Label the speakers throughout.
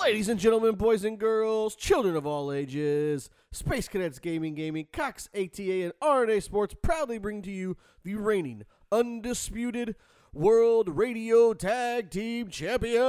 Speaker 1: Ladies and gentlemen, boys and girls, children of all ages, Space Cadets Gaming Gaming, Cox ATA, and RNA Sports proudly bring to you the reigning, undisputed World Radio Tag Team Champions,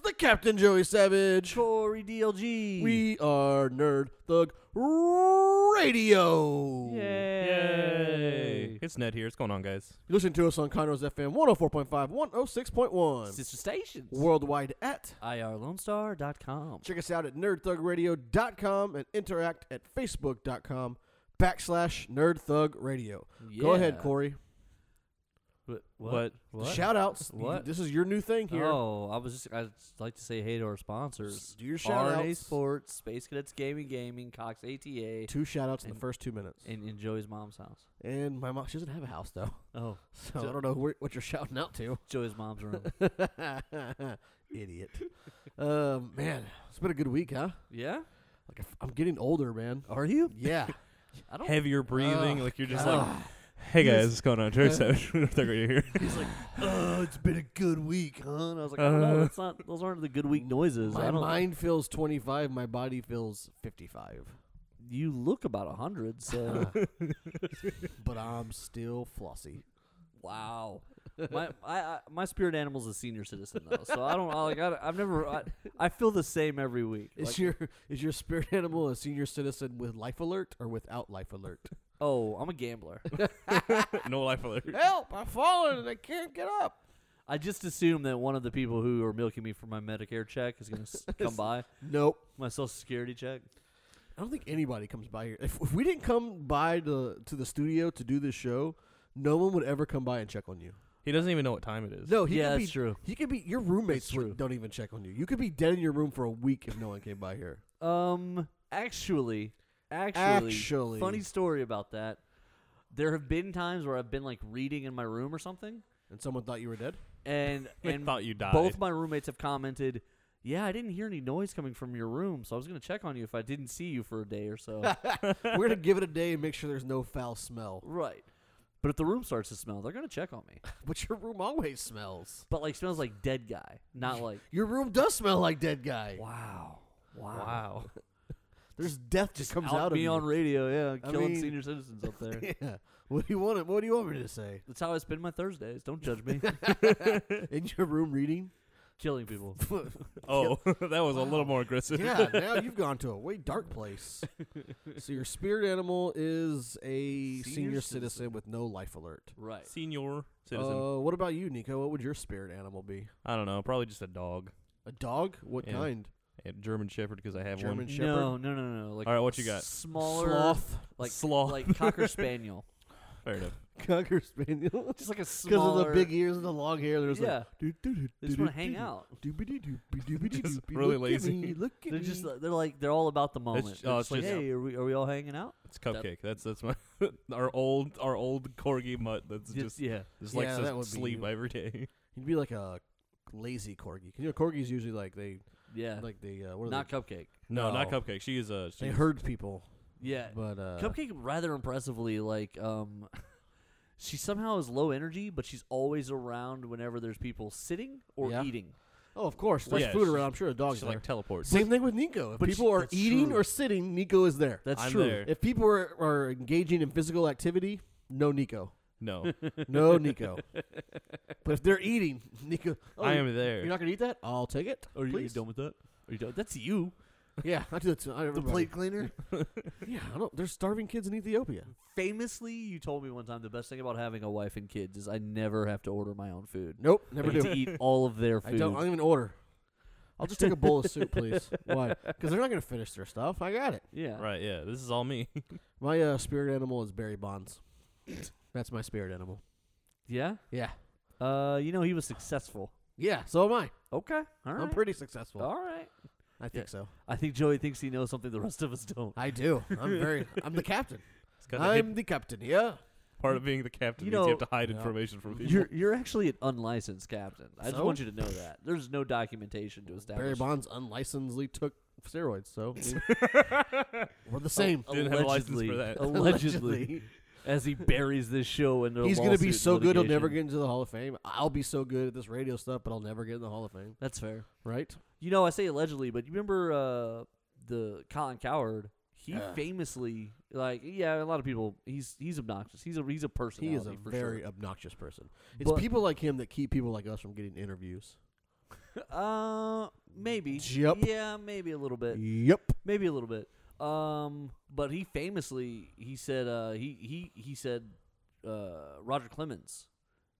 Speaker 1: the Captain Joey Savage.
Speaker 2: Corey DLG.
Speaker 1: We are Nerd Thug Radio.
Speaker 2: Yay.
Speaker 3: It's Ned here. What's going on, guys?
Speaker 1: You listen to us on Conroe's FM 104.5, 106.1,
Speaker 2: Sister stations.
Speaker 1: worldwide at
Speaker 2: IRLoneStar.com.
Speaker 1: Check us out at nerdthugradio.com and interact at facebook.com backslash nerdthugradio. Go ahead,
Speaker 2: Yeah.
Speaker 1: Corey.
Speaker 2: What?
Speaker 3: What? What?
Speaker 1: Shout outs.
Speaker 2: What?
Speaker 1: This is your new thing here.
Speaker 2: Oh, I was just, I'd just like to say hey to our sponsors.
Speaker 1: S- do your
Speaker 2: RNA
Speaker 1: shout-outs.
Speaker 2: Sports, Space Cadets Gaming Gaming, Cox ATA,
Speaker 1: Two shout outs in the
Speaker 2: And-
Speaker 1: first two minutes. And,
Speaker 2: and, and Joey's mom's house.
Speaker 1: my mom, she doesn't have a house, though.
Speaker 2: Oh.
Speaker 1: So I don't know where, what you're shouting out to.
Speaker 2: Joey's mom's room.
Speaker 1: Idiot. um, man, it's been a good week, huh?
Speaker 2: yeah?
Speaker 1: Like I f- I'm getting older, man.
Speaker 2: Are you?
Speaker 1: Yeah.
Speaker 2: I don't
Speaker 3: Heavier breathing. like you're just like,
Speaker 1: God.
Speaker 3: hey guys, what's going on? Joey Savage. Nerd Thug Radio here.
Speaker 1: He's like, oh, it's been a good week, huh? And I was like,
Speaker 2: I don't know.
Speaker 3: Uh,
Speaker 2: That's not, those aren't the good week noises.
Speaker 1: my
Speaker 2: I don't,
Speaker 1: mind feels 25, my body feels 55.
Speaker 2: you look about a 100, so.
Speaker 1: but I'm still flossy.
Speaker 2: Wow. my I, I, my spirit animal is a senior citizen though, so I don't I, like I, don't- I've never I, I feel the same every week.
Speaker 1: Is
Speaker 2: Like,
Speaker 1: your is your spirit animal a senior citizen with life alert or without life alert?
Speaker 2: oh, I'm a gambler.
Speaker 3: no life alert.
Speaker 1: Help! I'm falling and I can't get up.
Speaker 2: I just assume that one of the people who are milking me for my Medicare check is going to come by
Speaker 1: Nope.
Speaker 2: my Social Security check.
Speaker 1: I don't think anybody comes by here. If, if we didn't come by to to the studio to do this show, no one would ever come by and check on you.
Speaker 3: He doesn't even know what time it is.
Speaker 1: No, Oh, he
Speaker 2: yeah,
Speaker 1: could
Speaker 2: that's
Speaker 1: be.
Speaker 2: true.
Speaker 1: He could be your roommates.
Speaker 2: That's true.
Speaker 1: would- Don't even check on you. You could be dead in your room for a week if no one came by here.
Speaker 2: Um, actually, actually,
Speaker 1: Actually.
Speaker 2: funny story about that. There have been times where I've been like reading in my room or something,
Speaker 1: And someone thought you were dead.
Speaker 2: and
Speaker 3: I
Speaker 2: and
Speaker 3: thought you died.
Speaker 2: both my roommates have commented, "Yeah, I didn't hear any noise coming from your room, so I was going to check on you if I didn't see you for a day or so."
Speaker 1: we're gonna give it a day and make sure there's no foul smell.
Speaker 2: right. But if the room starts to smell, they're going to check on me.
Speaker 1: But your room always smells.
Speaker 2: But like smells like dead guy, not like
Speaker 1: Your room does smell like dead guy.
Speaker 2: wow. Wow.
Speaker 3: wow.
Speaker 1: There's death just comes
Speaker 2: out,
Speaker 1: out of
Speaker 2: me
Speaker 1: you.
Speaker 2: on radio, yeah,
Speaker 1: I
Speaker 2: killing
Speaker 1: mean-
Speaker 2: senior citizens up there.
Speaker 1: yeah. What do you want? What do you want me to say?
Speaker 2: That's how I spend my Thursdays. Don't judge me.
Speaker 1: In your room reading?
Speaker 2: killing people.
Speaker 3: Oh, that was a little more aggressive.
Speaker 1: yeah. Now you've gone to a way dark place. so your spirit animal is a senior,
Speaker 2: Senior
Speaker 1: citizen.
Speaker 2: citizen.
Speaker 1: with no life alert.
Speaker 2: Right.
Speaker 3: Senior citizen.
Speaker 1: Uh, what about you, Nico? What would your spirit animal be?
Speaker 3: I don't know. Probably just a dog.
Speaker 1: A dog? What
Speaker 3: Yeah.
Speaker 1: kind?
Speaker 3: A German Shepherd because I have
Speaker 1: German
Speaker 3: one.
Speaker 1: Shepherd?
Speaker 2: No, no, no, no. Like
Speaker 3: All right, what you got?
Speaker 2: Smaller,
Speaker 1: Sloth.
Speaker 2: like
Speaker 3: Sloth.
Speaker 2: like cocker spaniel,
Speaker 3: Fair enough.
Speaker 1: Cocker spaniel.
Speaker 2: just like a
Speaker 1: Because of
Speaker 2: smaller.
Speaker 1: the big ears and the long hair, there's
Speaker 2: yeah,
Speaker 1: like.
Speaker 2: they just want to hang out.
Speaker 3: Just
Speaker 1: Just
Speaker 3: really lazy.
Speaker 1: Look at
Speaker 2: They're
Speaker 1: me.
Speaker 2: just uh, they're like they're all about the moment.
Speaker 3: ju-
Speaker 2: They're
Speaker 3: oh,
Speaker 2: just
Speaker 3: it's
Speaker 2: like,
Speaker 3: just-
Speaker 2: hey, are we are we all hanging out?
Speaker 3: It's Cupcake. that's that's my our old our old corgi mutt. That's just
Speaker 2: yeah.
Speaker 3: just
Speaker 1: Yeah,
Speaker 3: likes
Speaker 1: that would
Speaker 3: to
Speaker 1: be
Speaker 3: sleep
Speaker 1: you.
Speaker 3: every day.
Speaker 1: He'd be like a lazy corgi. 'Cause, you know, corgis usually like they
Speaker 2: Yeah.
Speaker 1: like they uh, what are
Speaker 2: Not
Speaker 1: they?
Speaker 2: cupcake.
Speaker 3: No, not
Speaker 1: No.
Speaker 3: Cupcake. She is a. She
Speaker 1: They
Speaker 3: is-
Speaker 1: herd people,
Speaker 2: Yeah.
Speaker 1: but uh,
Speaker 2: cupcake rather impressively like um she somehow is low energy, but she's always around whenever there's people sitting or
Speaker 1: Yeah.
Speaker 2: eating.
Speaker 1: Oh, of course, there's
Speaker 3: Yeah,
Speaker 1: food
Speaker 3: she's-
Speaker 1: around. I'm sure a dog's
Speaker 3: She
Speaker 1: there.
Speaker 3: like teleports.
Speaker 1: Same thing with Nico. If
Speaker 2: But
Speaker 1: people
Speaker 2: she-
Speaker 1: are
Speaker 2: that's
Speaker 1: eating
Speaker 2: true.
Speaker 1: or sitting, Nico is there.
Speaker 2: That's
Speaker 3: I'm
Speaker 2: true.
Speaker 3: there.
Speaker 1: If people are, are engaging in physical activity, no Nico,
Speaker 3: No,
Speaker 1: no Nico. but if they're eating, Nico, oh,
Speaker 3: I
Speaker 1: you-
Speaker 3: am there.
Speaker 1: You're not gonna eat that? I'll take it.
Speaker 2: Are you, you
Speaker 1: please.
Speaker 2: done with that? Are you done? That's you.
Speaker 1: Yeah, I do that. To, I, everybody.
Speaker 2: cleaner.
Speaker 1: Yeah, I don't. There's starving kids in Ethiopia.
Speaker 2: Famously, you told me one time the best thing about having a wife and kids is I never have to order my own food.
Speaker 1: Nope,
Speaker 2: I
Speaker 1: never
Speaker 2: get
Speaker 1: do.
Speaker 2: to eat all of their
Speaker 1: I
Speaker 2: food.
Speaker 1: don't. I don't even order. I'll just take a bowl of soup, please. Why? Because they're not gonna finish their stuff. I got it.
Speaker 2: yeah.
Speaker 3: right? Yeah, this is all me.
Speaker 1: My uh, spirit animal is Barry Bonds. That's my spirit animal.
Speaker 2: Yeah.
Speaker 1: Yeah.
Speaker 2: Uh, you know he was successful.
Speaker 1: Yeah, so am I.
Speaker 2: Okay. All right.
Speaker 1: I'm pretty successful.
Speaker 2: all right.
Speaker 1: I think
Speaker 2: Oh. yeah.
Speaker 1: so.
Speaker 2: I think Joey thinks he knows something the rest of us don't.
Speaker 1: I do. I'm very I'm the captain.
Speaker 3: It's got the hip-
Speaker 1: I'm the captain, yeah.
Speaker 3: part of being the captain.
Speaker 2: You
Speaker 3: means
Speaker 2: know-
Speaker 3: you have to hide
Speaker 1: Yeah.
Speaker 3: information from people.
Speaker 2: You're you're actually an unlicensed captain. I just
Speaker 1: So?
Speaker 2: want you to know that. There's no documentation to establish.
Speaker 1: Barry Bonds unlicensedly took steroids, so I mean, we're the same.
Speaker 3: Didn't have a license for
Speaker 2: Allegedly-
Speaker 3: that.
Speaker 2: Allegedly. as he buries this show into.
Speaker 1: He's gonna be
Speaker 2: lawsuit
Speaker 1: so good he'll never
Speaker 2: litigation.
Speaker 1: get into the Hall of Fame. I'll be so good at this radio stuff, but I'll never get in the Hall of Fame.
Speaker 2: That's fair.
Speaker 1: Right?
Speaker 2: You know, I say allegedly, but you remember uh, the Colin Coward? He
Speaker 1: Yeah.
Speaker 2: famously, like, yeah, a lot of people. He's he's obnoxious. He's a he's a person.
Speaker 1: He is a
Speaker 2: for
Speaker 1: very
Speaker 2: sure.
Speaker 1: obnoxious person. It's
Speaker 2: But-
Speaker 1: people like him that keep people like us from getting interviews.
Speaker 2: Uh, maybe.
Speaker 1: Yep.
Speaker 2: Yeah, maybe a little bit.
Speaker 1: Yep.
Speaker 2: Maybe a little bit. Um, but he famously he said uh he he he said uh Roger Clemens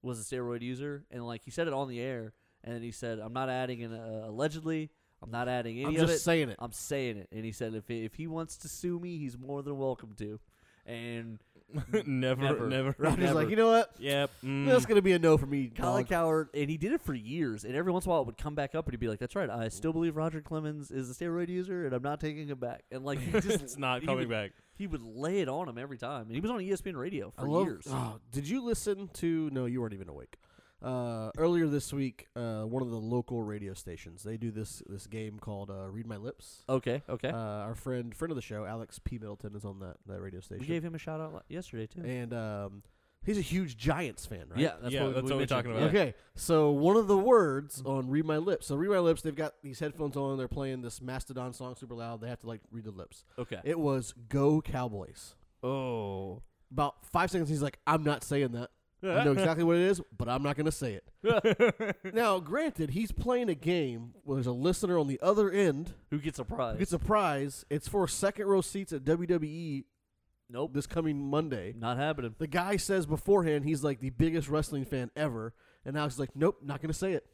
Speaker 2: was a steroid user and like he said it on the air and he said I'm not adding an uh, allegedly I'm not adding any
Speaker 1: I'm
Speaker 2: of
Speaker 1: just
Speaker 2: it
Speaker 1: saying it.
Speaker 2: I'm saying it and he said if if he wants to sue me he's more than welcome to and
Speaker 3: never,
Speaker 2: Never.
Speaker 3: never.
Speaker 1: I'm just
Speaker 2: never.
Speaker 1: like, you know what?
Speaker 3: Yep. mm.
Speaker 1: That's gonna be a no for me.
Speaker 2: Colin
Speaker 1: dog.
Speaker 2: Coward, and he did it for years. And every once in a while, it would come back up, and he'd be like, "That's right, I still believe Roger Clemens is a steroid user, and I'm not taking him back." And like, he just
Speaker 3: it's not
Speaker 2: he
Speaker 3: coming
Speaker 2: would-
Speaker 3: back.
Speaker 2: He would lay it on him every time, and he was on E ESPN Radio for
Speaker 1: I love,
Speaker 2: years.
Speaker 1: Oh, did you listen to? No, you weren't even awake. Uh, earlier this week, uh, one of the local radio stations they do this this game called uh, Read My Lips.
Speaker 2: Okay, okay.
Speaker 1: Uh, our friend friend of the show, Alex P. Middleton, is on that that radio
Speaker 2: we
Speaker 1: station,
Speaker 2: gave him a shout out la- yesterday too.
Speaker 1: and um, he's a huge Giants fan, right?
Speaker 2: Yeah, that's
Speaker 3: Yeah,
Speaker 2: what, we-
Speaker 3: that's
Speaker 2: we
Speaker 3: what we're
Speaker 2: mentioned.
Speaker 3: talking about.
Speaker 2: Yeah.
Speaker 1: Okay, so one of the words on "Read My Lips." So "Read My Lips," they've got these headphones on. They're playing this Mastodon song super loud. They have to like read the lips.
Speaker 2: Okay.
Speaker 1: It was "Go Cowboys."
Speaker 3: Oh.
Speaker 1: About five seconds, he's like, "I'm not saying that." I know exactly what it is, but I'm not going to say it. now, granted, he's playing a game where there's a listener on the other end
Speaker 2: Who gets a prize?
Speaker 1: who gets a prize. It's for second row seats at WWE
Speaker 2: nope,
Speaker 1: this coming Monday.
Speaker 2: not happening.
Speaker 1: The guy says beforehand he's like the biggest wrestling fan ever, and now he's like, nope, not going to say it.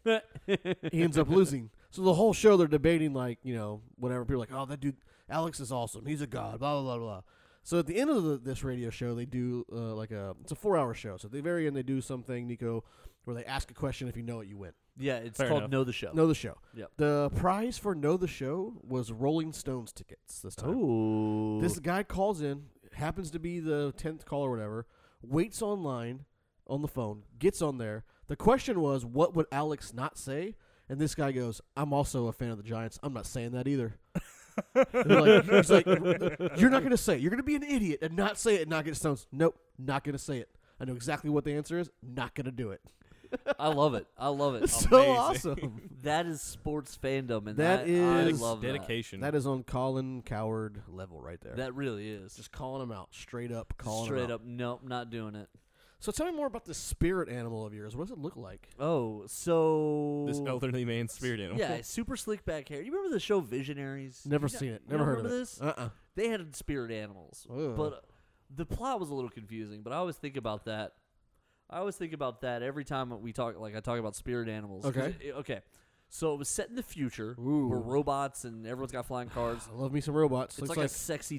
Speaker 1: He ends up losing. So the whole show they're debating like you know whatever. People are like, oh, that dude Alex is awesome. He's a god. Blah blah blah blah. So at the end of the, this radio show, they do uh, like a it's a four hour show. So at the very end, they do something Nico where they ask a question. If you know it, you win.
Speaker 2: yeah, it's
Speaker 3: Fair
Speaker 2: called
Speaker 3: enough.
Speaker 2: Know the Show.
Speaker 1: Know the show.
Speaker 2: Yep.
Speaker 1: The prize for know the show was Rolling Stones tickets this time.
Speaker 2: Ooh.
Speaker 1: This guy calls in, happens to be the tenth call or whatever. Waits online on the phone, gets on there. The question was, what would Alex not say? And this guy goes, I'm also a fan of the Giants. I'm not saying that either. They're like, he's like, you're not going to say it. You're going to be an idiot and not say it and not get stones. Nope, not going to say it. I know exactly what the answer is. Not going to do it.
Speaker 2: I love it. I love it.
Speaker 1: So
Speaker 3: Amazing.
Speaker 1: awesome.
Speaker 2: that is sports fandom, and
Speaker 1: That
Speaker 2: that,
Speaker 1: is-
Speaker 2: I love that.
Speaker 3: Dedication.
Speaker 1: that is on Colin Coward level right there.
Speaker 2: That really is.
Speaker 1: Just calling him out. Straight up calling him
Speaker 2: Straight
Speaker 1: out.
Speaker 2: up, nope, not doing it.
Speaker 1: So tell me more about this spirit animal of yours. What does it look like?
Speaker 2: Oh, so
Speaker 3: this elderly man spirit animal.
Speaker 2: Yeah, super slick back hair. You remember the show Visionaries?
Speaker 1: Never
Speaker 2: You know-
Speaker 1: seen it.
Speaker 2: you
Speaker 1: Never
Speaker 2: don't
Speaker 1: heard of
Speaker 2: remember
Speaker 1: it.
Speaker 2: this?
Speaker 1: Uh-uh.
Speaker 2: They had spirit animals,
Speaker 1: Ugh.
Speaker 2: but uh, the plot was a little confusing. But I always think about that. I always think about that every time we talk. Like I talk about spirit animals. 'cause
Speaker 1: Okay.
Speaker 2: it- okay. So it was set in the future,
Speaker 1: Ooh.
Speaker 2: where robots and everyone's got flying cars.
Speaker 1: I uh, love me some robots.
Speaker 2: it's
Speaker 1: Looks
Speaker 2: like, a sexy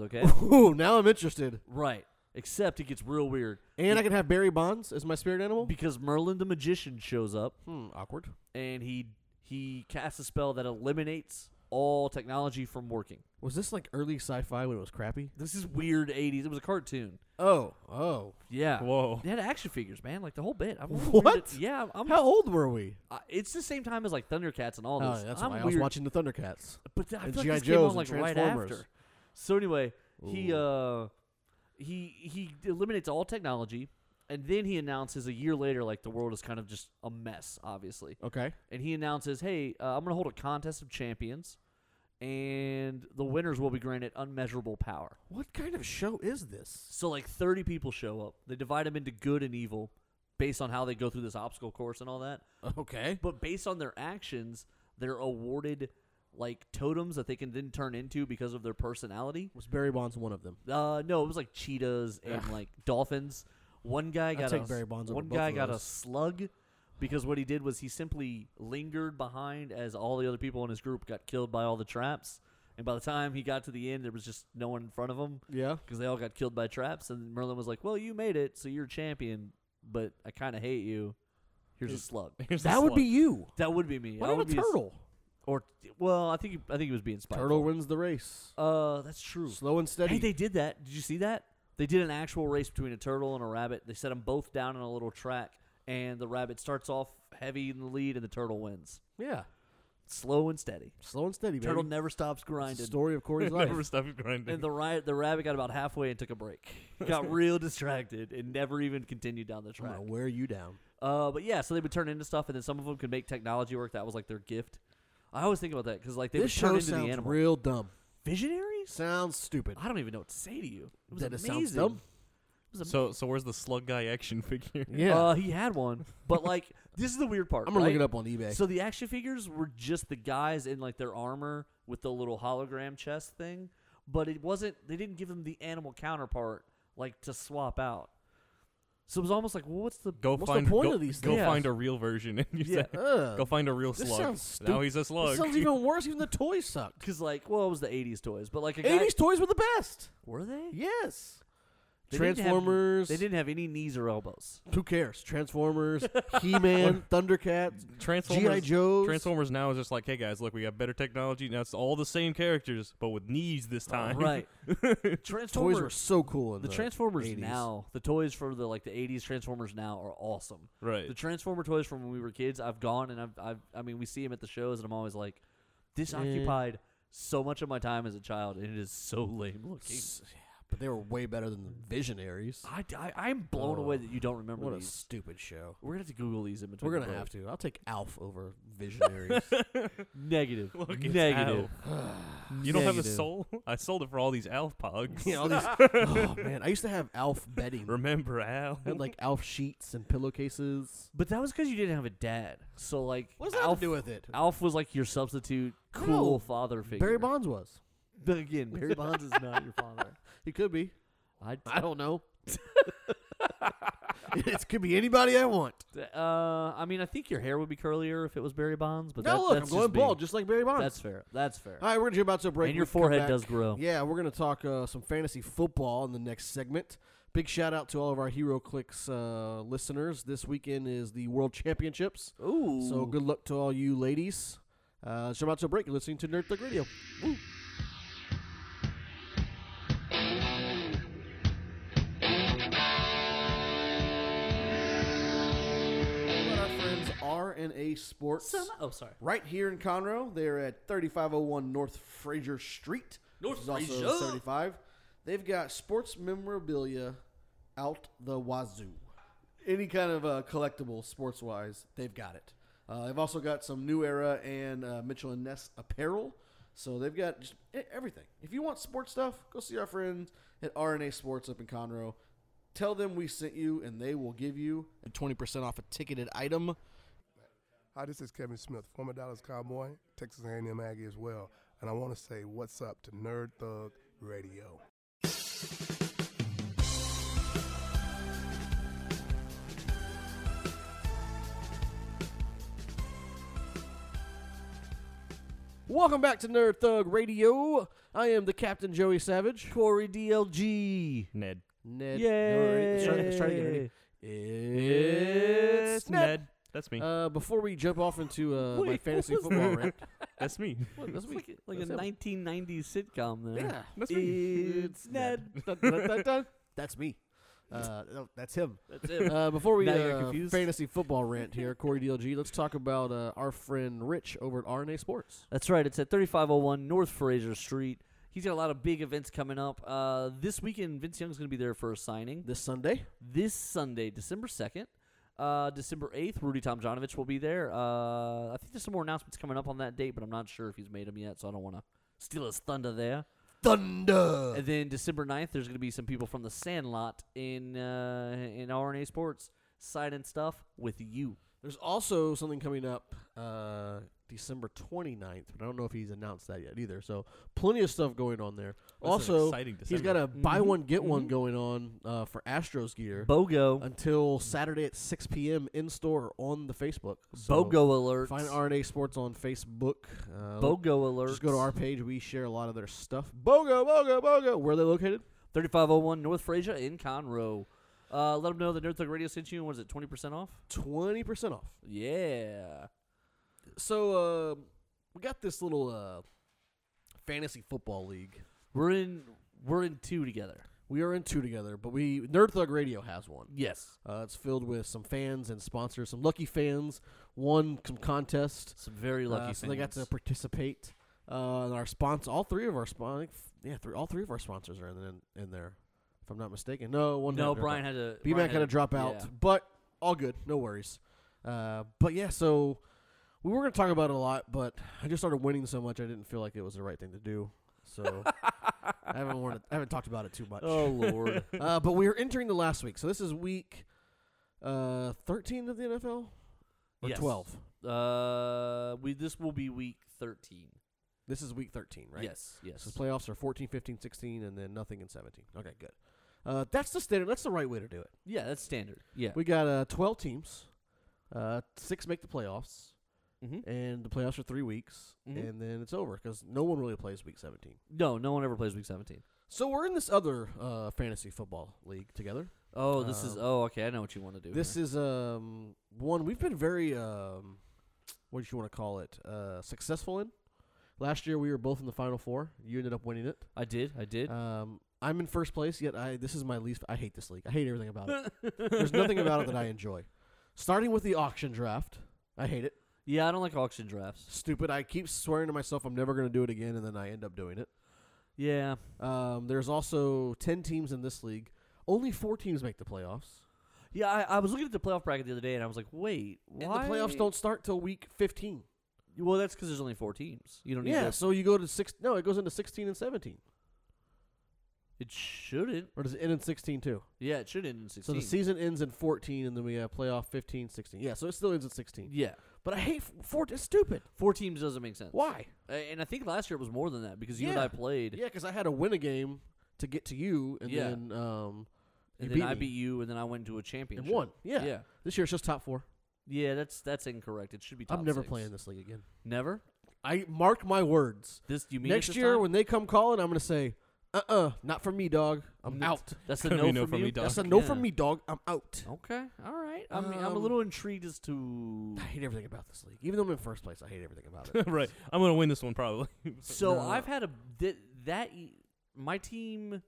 Speaker 2: Okay.
Speaker 1: Ooh, now I'm interested.
Speaker 2: right. Except it gets real weird
Speaker 1: And I can have Barry Bonds as my spirit animal.
Speaker 2: because Merlin the magician shows up.
Speaker 1: hmm, awkward.
Speaker 2: and he he casts a spell that eliminates all technology from working.
Speaker 1: Was this like early sci-fi when it was crappy?
Speaker 2: This is weird '80s. It was a cartoon.
Speaker 1: Oh, oh.
Speaker 2: Yeah.
Speaker 3: Whoa.
Speaker 2: They had action figures, man, like the whole bit. I'm
Speaker 1: What?
Speaker 2: weird at- yeah, I'm.
Speaker 1: How old were we?
Speaker 2: I- it's the same time as like Thundercats and all
Speaker 1: Oh,
Speaker 2: this.
Speaker 1: that's
Speaker 2: I'm
Speaker 1: why
Speaker 2: weird,
Speaker 1: I was watching the Thundercats.
Speaker 2: But th- I
Speaker 1: and
Speaker 2: feel
Speaker 1: G.I.
Speaker 2: like this came
Speaker 1: Joes
Speaker 2: on
Speaker 1: and
Speaker 2: like right
Speaker 1: Transformers.
Speaker 2: after. So anyway, he
Speaker 1: Ooh.
Speaker 2: uh, he he eliminates all technology, and then he announces a year later, like the world is kind of just a mess, obviously.
Speaker 1: Okay.
Speaker 2: and he announces, "Hey, uh, I'm going to hold a contest of champions, and the winners will be granted unmeasurable power."
Speaker 1: What kind of show is this?
Speaker 2: So like 30 people show up. They divide them into good and evil based on how they go through this obstacle course and all that.
Speaker 1: Okay.
Speaker 2: But based on their actions, they're awarded like totems that they can then turn into because of their personality.
Speaker 1: Was Barry Bonds one of them?
Speaker 2: Uh, no, it was like cheetahs and like dolphins. One guy got
Speaker 1: take
Speaker 2: a
Speaker 1: Barry Bonds over
Speaker 2: one
Speaker 1: both
Speaker 2: guy
Speaker 1: of
Speaker 2: got a
Speaker 1: those.
Speaker 2: slug because what he did was he simply lingered behind as all the other people in his group got killed by all the traps. And by the time he got to the end, there was just no one in front of him
Speaker 1: Yeah.
Speaker 2: because they all got killed by traps. And Merlin was like, "Well, you made it, so you're champion, but I kind of hate you. Here's a slug."
Speaker 3: Here's
Speaker 1: That
Speaker 3: this
Speaker 1: would be
Speaker 3: one.
Speaker 1: you.
Speaker 2: That would be me.
Speaker 1: What
Speaker 2: I
Speaker 1: about
Speaker 2: would
Speaker 1: a
Speaker 2: be s-
Speaker 1: turtle?
Speaker 2: or well, I think he, I think he was being spiteful.
Speaker 1: Turtle wins the race.
Speaker 2: Uh, that's true.
Speaker 1: Slow and steady.
Speaker 2: Hey, they did that. Did you see that? They did an actual race between a turtle and a rabbit. They set them both down on a little track, and the rabbit starts off heavy in the lead, and the turtle wins.
Speaker 1: yeah.
Speaker 2: slow and steady.
Speaker 1: Slow and steady, baby.
Speaker 2: Turtle never stops grinding.
Speaker 1: Story of Corey's life.
Speaker 3: Never stop grinding.
Speaker 2: And the riot, the rabbit got about halfway and took a break. Got real distracted and never even continued down the
Speaker 1: I'm
Speaker 2: track.
Speaker 1: gonna wear you down.
Speaker 2: Uh, but yeah, so they would turn into stuff, and then some of them could make technology work. That was like their gift. I always think about that because like they
Speaker 1: this
Speaker 2: would turn
Speaker 1: show
Speaker 2: into the
Speaker 1: sounds
Speaker 2: animal.
Speaker 1: real dumb.
Speaker 2: Visionaries?
Speaker 1: Sounds stupid.
Speaker 2: I don't even know what to say to you. It was
Speaker 1: That it
Speaker 2: amazing.
Speaker 1: sounds dumb.
Speaker 2: It was am-
Speaker 3: so so where's the slug guy action figure?
Speaker 1: Yeah,
Speaker 2: Uh, he had one, but like this is the weird part.
Speaker 1: I'm gonna
Speaker 2: right?
Speaker 1: look it up on eBay.
Speaker 2: So the action figures were just the guys in like their armor with the little hologram chest thing, but it wasn't. They didn't give them the animal counterpart like to swap out. So it was almost like, well, what's the
Speaker 3: Go
Speaker 1: What's the
Speaker 3: find
Speaker 1: point
Speaker 3: go,
Speaker 1: of these
Speaker 3: go
Speaker 2: things?
Speaker 3: find a real version. And you
Speaker 2: Yeah.
Speaker 3: say,
Speaker 1: Ugh.
Speaker 3: go find a real
Speaker 1: This
Speaker 3: slug.
Speaker 1: sounds
Speaker 3: Now
Speaker 1: stupid.
Speaker 3: he's a
Speaker 1: This
Speaker 3: slug.
Speaker 1: sounds even worse. Even the toys sucked.
Speaker 2: Because like, well, it was the '80s toys, but like a guy,
Speaker 1: 80s toys were the best.
Speaker 2: were they?
Speaker 1: Yes.
Speaker 2: They didn't have-
Speaker 1: Transformers.
Speaker 2: They didn't have any knees or elbows.
Speaker 1: Who cares? Transformers, He-Man, Thundercats, G.I.
Speaker 3: Transformers.
Speaker 1: Joes.
Speaker 3: Transformers now is just like, hey guys, look, we got better technology. Now it's all the same characters, but with knees this time.
Speaker 2: Right.
Speaker 1: toys
Speaker 2: Transformers.
Speaker 1: were so cool. In
Speaker 2: the
Speaker 1: the,
Speaker 2: Transformers
Speaker 1: 80s.
Speaker 2: now, the toys for the like the '80s Transformers now are awesome.
Speaker 3: right.
Speaker 2: The Transformer toys from when we were kids, I've gone and I've, I've I mean, we see them at the shows, and I'm always like, this
Speaker 1: Yeah.
Speaker 2: occupied so much of my time as a child, and it is so lame looking.
Speaker 1: S- yeah, but they were way better than the Visionaries.
Speaker 2: I, I am blown away
Speaker 1: Oh,
Speaker 2: that you don't remember
Speaker 1: What a
Speaker 2: these.
Speaker 1: stupid show.
Speaker 2: We're gonna have to Google these in between.
Speaker 1: We're gonna have to. I'll take Alf over Visionaries.
Speaker 2: negative,
Speaker 3: Look, it's
Speaker 2: negative.
Speaker 3: you don't have a
Speaker 2: Negative.
Speaker 3: soul? I sold it for all these Alf pogs.
Speaker 1: You know, all these- oh man, I used to have Alf bedding.
Speaker 3: Remember Al?
Speaker 1: I had like Alf sheets and pillowcases.
Speaker 2: But that was because you didn't have a dad. So like,
Speaker 1: What does that have
Speaker 2: Alf,
Speaker 1: to do with it?
Speaker 2: Alf was like your substitute cool
Speaker 1: No.
Speaker 2: father figure.
Speaker 1: Barry Bonds was.
Speaker 2: But again, Barry Bonds is not your father.
Speaker 1: He could be.
Speaker 2: I,
Speaker 1: I don't know. it could be anybody I want.
Speaker 2: uh, I mean, I think your hair would be curlier if it was Barry Bonds. But
Speaker 1: No,
Speaker 2: that,
Speaker 1: look, I'm
Speaker 2: that's
Speaker 1: going
Speaker 2: just me.
Speaker 1: bald, just like Barry Bonds.
Speaker 2: That's fair. That's fair.
Speaker 1: All right, we're gonna jump out to a break.
Speaker 2: and your
Speaker 1: When we come
Speaker 2: forehead
Speaker 1: back-
Speaker 2: does grow.
Speaker 1: Yeah, we're gonna talk uh, some fantasy football in the next segment. Big shout out to all of our Hero Clicks uh, listeners. This weekend is the World Championships,
Speaker 2: Ooh.
Speaker 1: so good luck to all you ladies. Uh, let's jump out to a break. You're listening to Nerd Thug Radio. Woo. Well, our friends R and A Sports.
Speaker 2: Some- oh, sorry.
Speaker 1: right here in Conroe. They're at 3501 North Fraser Street.
Speaker 2: North
Speaker 1: which is also
Speaker 2: Fraser.
Speaker 1: 75. They've got sports memorabilia out the wazoo. Any kind of uh, collectible sports wise, they've got it. Uh, they've also got some New Era and uh, Mitchell and Ness apparel. So they've got just e- everything. If you want sports stuff, go see our friends at RNA Sports up in Conroe. Tell them we sent you, and they will give you 20% off a ticketed item.
Speaker 4: Hi, this is Kevin Smith, former Dallas Cowboy, Texas A&M Aggie as well, and I want to say what's up to Nerd Thug Radio.
Speaker 1: Welcome back to Nerd Thug Radio. I am the Captain Joey Savage.
Speaker 2: Corey DLG.
Speaker 3: Ned.
Speaker 1: Ned.
Speaker 2: Yay.
Speaker 1: Let's try, let's try to get ready. It's
Speaker 3: It's
Speaker 1: Ned.
Speaker 3: Ned. That's me.
Speaker 1: Uh, before we jump off into uh, my
Speaker 2: Wait,
Speaker 1: fantasy
Speaker 2: what was
Speaker 1: football rant,
Speaker 3: That's me.
Speaker 1: what, that's
Speaker 2: It's like,
Speaker 1: weak.
Speaker 2: like a
Speaker 1: That's him.
Speaker 2: 1990s sitcom there.
Speaker 1: Yeah,
Speaker 3: That's me.
Speaker 2: It's Ned.
Speaker 1: Dun, dun, dun, dun. that's me. Uh, no, that's him.
Speaker 2: That's it.
Speaker 1: Uh, before we
Speaker 2: Now you're
Speaker 1: uh,
Speaker 2: confused?
Speaker 1: fantasy football rant here, Corey DLG, let's talk about uh, our friend Rich over at RNA Sports.
Speaker 2: That's right. It's at 3501 North Fraser Street. He's got a lot of big events coming up. Uh, this weekend, Vince Young's going to be there for a signing.
Speaker 1: This Sunday,
Speaker 2: This Sunday, December 2nd. Uh, December 8th, Rudy Tomjanovich will be there. Uh, I think there's some more announcements coming up on that date, but I'm not sure if he's made them yet, so I don't want to steal his thunder there.
Speaker 1: Thunder.
Speaker 2: And then December 9th, there's going to be some people from the Sandlot in uh, in RNA Sports signing stuff with you.
Speaker 1: There's also something coming up uh, December 29th, but I don't know if he's announced that yet either. So plenty of stuff going on there.
Speaker 3: That's an
Speaker 1: also,
Speaker 3: exciting
Speaker 1: he's
Speaker 3: December.
Speaker 1: got a buy
Speaker 2: Mhm,
Speaker 1: one get one
Speaker 2: mhm.
Speaker 1: going on uh, for Astros gear
Speaker 2: BOGO.
Speaker 1: until Saturday at 6 p.m. in store or on the Facebook. So
Speaker 2: BOGO alert.
Speaker 1: Find RNA Sports on Facebook. Uh,
Speaker 2: BOGO alert.
Speaker 1: Just go to our page. We share a lot of their stuff. Bogo, Bogo, Bogo. Where are they located?
Speaker 2: 3501 North Fraser in Conroe. Uh, let them know that Nerd Thug Radio sent you. and What is it, 20% off?
Speaker 1: 20% off.
Speaker 2: Yeah.
Speaker 1: So uh, we got this little uh, fantasy football league.
Speaker 2: We're in we're in two together.
Speaker 1: We are in two together, but we Nerd Thug Radio has one.
Speaker 2: Yes.
Speaker 1: Uh, it's filled with some fans and sponsors, some lucky fans won some contest.
Speaker 2: Some very lucky
Speaker 1: Uh, so they got to
Speaker 2: fans.
Speaker 1: participate. Uh, and our sponsor, all three of our sponsors, yeah, three, all three of our sponsors are in, in there, if I'm not mistaken. No, one had
Speaker 2: No,
Speaker 1: to drop
Speaker 2: Brian
Speaker 1: out.
Speaker 2: had to.
Speaker 1: B
Speaker 2: Brian
Speaker 1: Mac had to drop out,
Speaker 2: yeah.
Speaker 1: but all good, no worries. Uh, but yeah, so we were gonna talk about it a lot, but I just started winning so much I didn't feel like it was the right thing to do. So I haven't wanted, I haven't talked about it too much.
Speaker 2: Oh lord.
Speaker 1: Uh, but we are entering the last week, so this is week uh, thirteen of the NFL or
Speaker 2: Yes.
Speaker 1: twelve.
Speaker 2: Uh, we this will be week thirteen.
Speaker 1: This is week thirteen, right?
Speaker 2: Yes. Yes.
Speaker 1: So the playoffs are 14, 15, 16, and then nothing in 17. Okay, good. Uh, that's the standard. That's the right way to do it.
Speaker 2: yeah, that's standard. Yeah.
Speaker 1: We got uh, 12 teams. Uh, six make the playoffs,
Speaker 2: Mhm.
Speaker 1: and the playoffs are three weeks,
Speaker 2: Mhm.
Speaker 1: and then it's over because no one really plays week 17.
Speaker 2: No, no one ever plays week seventeen.
Speaker 1: So we're in this other uh, fantasy football league together.
Speaker 2: Oh, this is.
Speaker 1: Um,
Speaker 2: Oh, okay. I know what you want to do.
Speaker 1: This
Speaker 2: here.
Speaker 1: is um one we've been very um what do you want to call it uh successful in. Last year we were both in the final four. You ended up winning it.
Speaker 2: I did. I did.
Speaker 1: Um, I'm in first place, yet I this is my least. I hate this league. I hate everything about it. There's nothing about it that I enjoy. Starting with the auction draft, I hate it.
Speaker 2: yeah, I don't like auction drafts.
Speaker 1: Stupid. I keep swearing to myself I'm never going to do it again, and then I end up doing it.
Speaker 2: Yeah.
Speaker 1: Um, there's also ten teams in this league. Only four teams make the playoffs,
Speaker 2: Yeah, I, I was looking at the playoff bracket the other day, and I was like, "Wait, why?"
Speaker 1: and the playoffs don't start till week 15.
Speaker 2: Well, that's because there's only four teams. You don't need.
Speaker 1: Yeah,
Speaker 2: to-
Speaker 1: so you go to six. No, it goes into 16 and 17,
Speaker 2: it shouldn't.
Speaker 1: or does it end in 16 too?
Speaker 2: Yeah, it should end in
Speaker 1: So
Speaker 2: sixteen.
Speaker 1: the season ends in 14, and then we uh, have playoff 15, 16. Yeah, so it still ends at 16.
Speaker 2: Yeah,
Speaker 1: But I hate f- four. It's stupid.
Speaker 2: four teams doesn't make sense.
Speaker 1: Why?
Speaker 2: A- And I think last year it was more than that because you and
Speaker 1: Yeah.
Speaker 2: I played,
Speaker 1: Yeah, because I had to win a game to get to you, and
Speaker 2: Yeah.
Speaker 1: then um, you
Speaker 2: and
Speaker 1: beat
Speaker 2: then I
Speaker 1: me
Speaker 2: beat you, and then I went to a
Speaker 1: and
Speaker 2: championship
Speaker 1: won. Yeah.
Speaker 2: yeah,
Speaker 1: this year it's just top four.
Speaker 2: Yeah, That's that's incorrect. It should be. Top
Speaker 1: I'm never
Speaker 2: six.
Speaker 1: playing this league again.
Speaker 2: Never.
Speaker 1: I mark my words.
Speaker 2: This you mean it
Speaker 1: Next
Speaker 2: this
Speaker 1: year
Speaker 2: time?
Speaker 1: when they come calling, I'm gonna say, uh, uh not for me, dog. I'm
Speaker 2: Mm.
Speaker 1: out.
Speaker 2: that's a
Speaker 3: Gonna
Speaker 2: no,
Speaker 3: be no
Speaker 2: from
Speaker 3: from
Speaker 2: you.
Speaker 3: me, dog.
Speaker 1: That's a no
Speaker 2: yeah.
Speaker 1: from me, dog. I'm out.
Speaker 2: Okay, all right. I'm I'm a
Speaker 1: Um,
Speaker 2: little intrigued as to.
Speaker 1: I hate everything about this league. Even though I'm in first place, I hate everything about it.
Speaker 3: right. I'm gonna win this one probably.
Speaker 2: So
Speaker 1: No.
Speaker 2: I've had a th- that y- my team.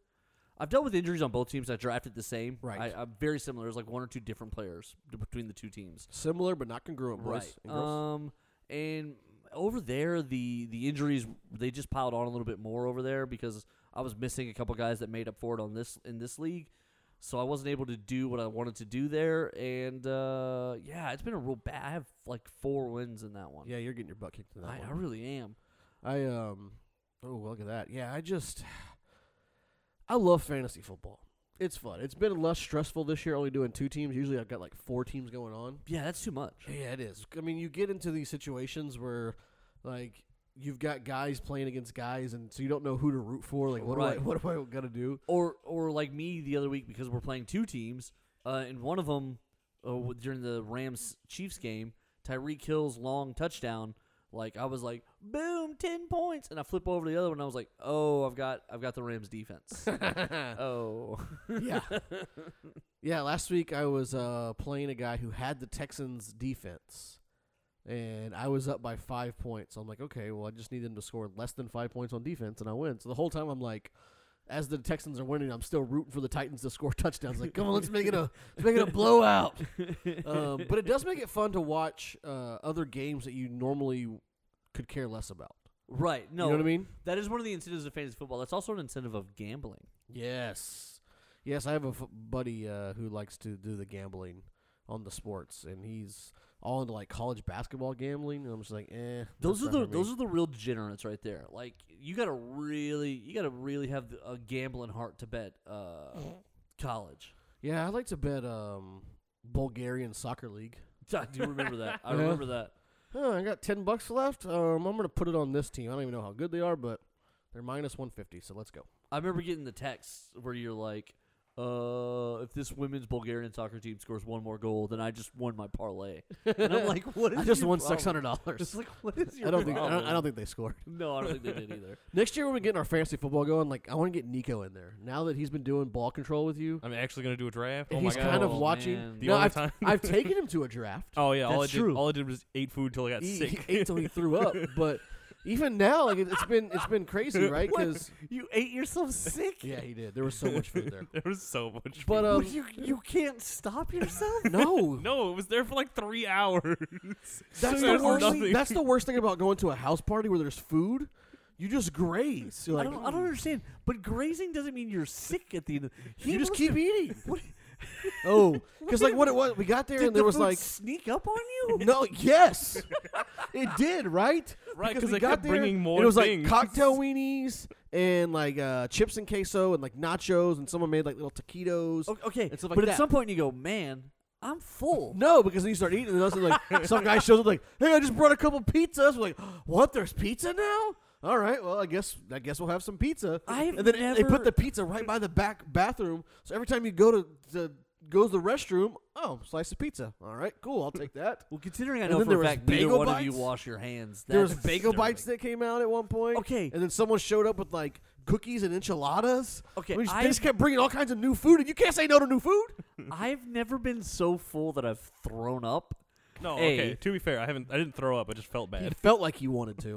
Speaker 2: I've dealt with injuries on both teams. I drafted the same.
Speaker 1: Right.
Speaker 2: I, I'm very similar. There's like one or two different players d- between the two teams.
Speaker 1: Similar but not congruent, boys and girls.
Speaker 2: Um, and over there, the the injuries they just piled on a little bit more over there because I was missing a couple guys that made up for it on this in this league, so I wasn't able to do what I wanted to do there. And uh, yeah, it's been a real bad. I have like four wins in that one.
Speaker 1: yeah, you're getting your butt kicked in that
Speaker 2: Um, I,
Speaker 1: one.
Speaker 2: I really am.
Speaker 1: I um oh look at that. Yeah, I just I love fantasy football. It's fun. It's been less stressful this year, only doing two teams. Usually I've got like four teams going on.
Speaker 2: Yeah, that's too much.
Speaker 1: Yeah, it is. I mean, you get into these situations where like you've got guys playing against guys and so you don't know who to root for. Like what
Speaker 2: Right.
Speaker 1: do I what am I gonna do?
Speaker 2: or or like me the other week because we're playing two teams, uh, and one of them uh, w- during the Rams Chiefs game, Tyreek Hill's long touchdown. Like I was like, boom, ten points, and I flip over to the other one. And I was like, oh, I've got I've got the Rams defense. oh,
Speaker 1: yeah. Yeah, last week I was uh, playing a guy who had the Texans defense, and I was up by five points. I'm like, okay, well, I just need them to score less than five points on defense, and I win. So the whole time I'm like, as the Texans are winning, I'm still rooting for the Titans to score touchdowns. Like, come on, let's make it a let's make it a blowout. Um, but it does make it fun to watch uh, other games that you normally could care less about.
Speaker 2: right. No,
Speaker 1: you know what I mean?
Speaker 2: that is one of the incentives of fantasy football. That's also an incentive of gambling.
Speaker 1: Yes. Yes, I have a f- buddy uh, who likes to do the gambling on the sports, and he's all into like college basketball gambling. And I'm just like, eh.
Speaker 2: Those
Speaker 1: that's
Speaker 2: are
Speaker 1: not
Speaker 2: the
Speaker 1: for me.
Speaker 2: those are the real degenerates right there. Like you gotta really you gotta really have the- a gambling heart to bet uh, college.
Speaker 1: Yeah, I like to bet um, Bulgarian soccer league.
Speaker 2: I do remember that. I
Speaker 1: Yeah.
Speaker 2: remember that.
Speaker 1: Huh, I got ten bucks left. Um, I'm gonna put it on this team. I don't even know how good they are, but they're minus one fifty. So let's go.
Speaker 2: I remember getting the text where you're like, uh, if this women's Bulgarian soccer team scores one more goal, then I just won my parlay. And I'm like, what is
Speaker 1: I just
Speaker 2: your
Speaker 1: won
Speaker 2: problem?
Speaker 1: six hundred
Speaker 2: It's
Speaker 1: dollars.
Speaker 2: like, what is your
Speaker 1: I don't think I
Speaker 2: problem?
Speaker 1: don't, I don't think they scored.
Speaker 2: No, I don't think they did either.
Speaker 1: Next year when we get our fantasy football going, like I want to get Nico in there. Now that he's been doing ball control with you,
Speaker 3: I'm actually gonna do a draft.
Speaker 1: and
Speaker 3: oh
Speaker 1: he's
Speaker 3: my god.
Speaker 1: kind of
Speaker 2: Oh,
Speaker 1: watching.
Speaker 2: man. The
Speaker 1: No,
Speaker 3: only
Speaker 1: I've,
Speaker 3: time-
Speaker 1: I've taken him to a draft.
Speaker 3: oh yeah. all I
Speaker 2: That's
Speaker 3: did
Speaker 2: true.
Speaker 3: all I did was eat food till I got
Speaker 1: he,
Speaker 3: sick.
Speaker 1: he ate till he threw up, but Even now, like it, it's been it's been crazy, right?
Speaker 2: What?
Speaker 1: Because
Speaker 2: You ate yourself sick.
Speaker 1: yeah, he did. There was so much food there.
Speaker 3: There was so much.
Speaker 1: But
Speaker 2: Well,
Speaker 1: um,
Speaker 2: you you can't stop yourself.
Speaker 1: no,
Speaker 3: no, it was there for like three hours.
Speaker 1: that's the
Speaker 3: There's
Speaker 1: worst.
Speaker 3: nothing.
Speaker 1: That's the worst thing about going to a house party where there's food. You just graze. You're like,
Speaker 2: I don't I don't understand. But grazing doesn't mean you're sick at the end. Of, he
Speaker 1: you just
Speaker 2: must
Speaker 1: keep
Speaker 2: have-
Speaker 1: eating.
Speaker 2: What,
Speaker 1: Oh, because like what it was, we got there
Speaker 2: did
Speaker 1: and there
Speaker 2: the
Speaker 1: was
Speaker 2: food
Speaker 1: like
Speaker 2: sneak up on you?
Speaker 1: No, yes, it did, right?
Speaker 3: Right, 'cause
Speaker 1: we
Speaker 3: they kept bringing
Speaker 1: and
Speaker 3: more
Speaker 1: It was
Speaker 3: things.
Speaker 1: like cocktail weenies and like uh, chips and queso and like nachos, and someone made like little taquitos.
Speaker 2: O- Okay,
Speaker 1: and stuff like
Speaker 2: but
Speaker 1: that.
Speaker 2: at some point you go, man, I'm full.
Speaker 1: No, because then you start eating, and also like some guy shows up like, "Hey, I just brought a couple pizzas." We're like, "What? There's pizza now?" All right, well, I guess I guess we'll have some pizza.
Speaker 2: I've
Speaker 1: and then they put
Speaker 2: never-
Speaker 1: the pizza right by the back bathroom, so every time you go to the goes to the restroom, oh, slice of pizza. All right, cool, I'll take that.
Speaker 2: Well, considering I
Speaker 1: And
Speaker 2: know
Speaker 1: then
Speaker 2: for
Speaker 1: there
Speaker 2: a
Speaker 1: was
Speaker 2: fact neither
Speaker 1: bagel
Speaker 2: one of you
Speaker 1: bites.
Speaker 2: wash your hands.
Speaker 1: There was
Speaker 2: that's
Speaker 1: bagel bites
Speaker 2: disturbing.
Speaker 1: that came out at one point.
Speaker 2: Okay.
Speaker 1: and then someone showed up with like cookies and enchiladas.
Speaker 2: Okay,
Speaker 1: I mean, they
Speaker 2: I've-
Speaker 1: just kept bringing all kinds of new food, and you can't say no to new food.
Speaker 2: I've never been so full that I've thrown up.
Speaker 3: no,
Speaker 2: Hey.
Speaker 3: okay. To be fair, I haven't. I didn't throw up. I just felt
Speaker 1: It
Speaker 3: bad.
Speaker 1: felt like you wanted to.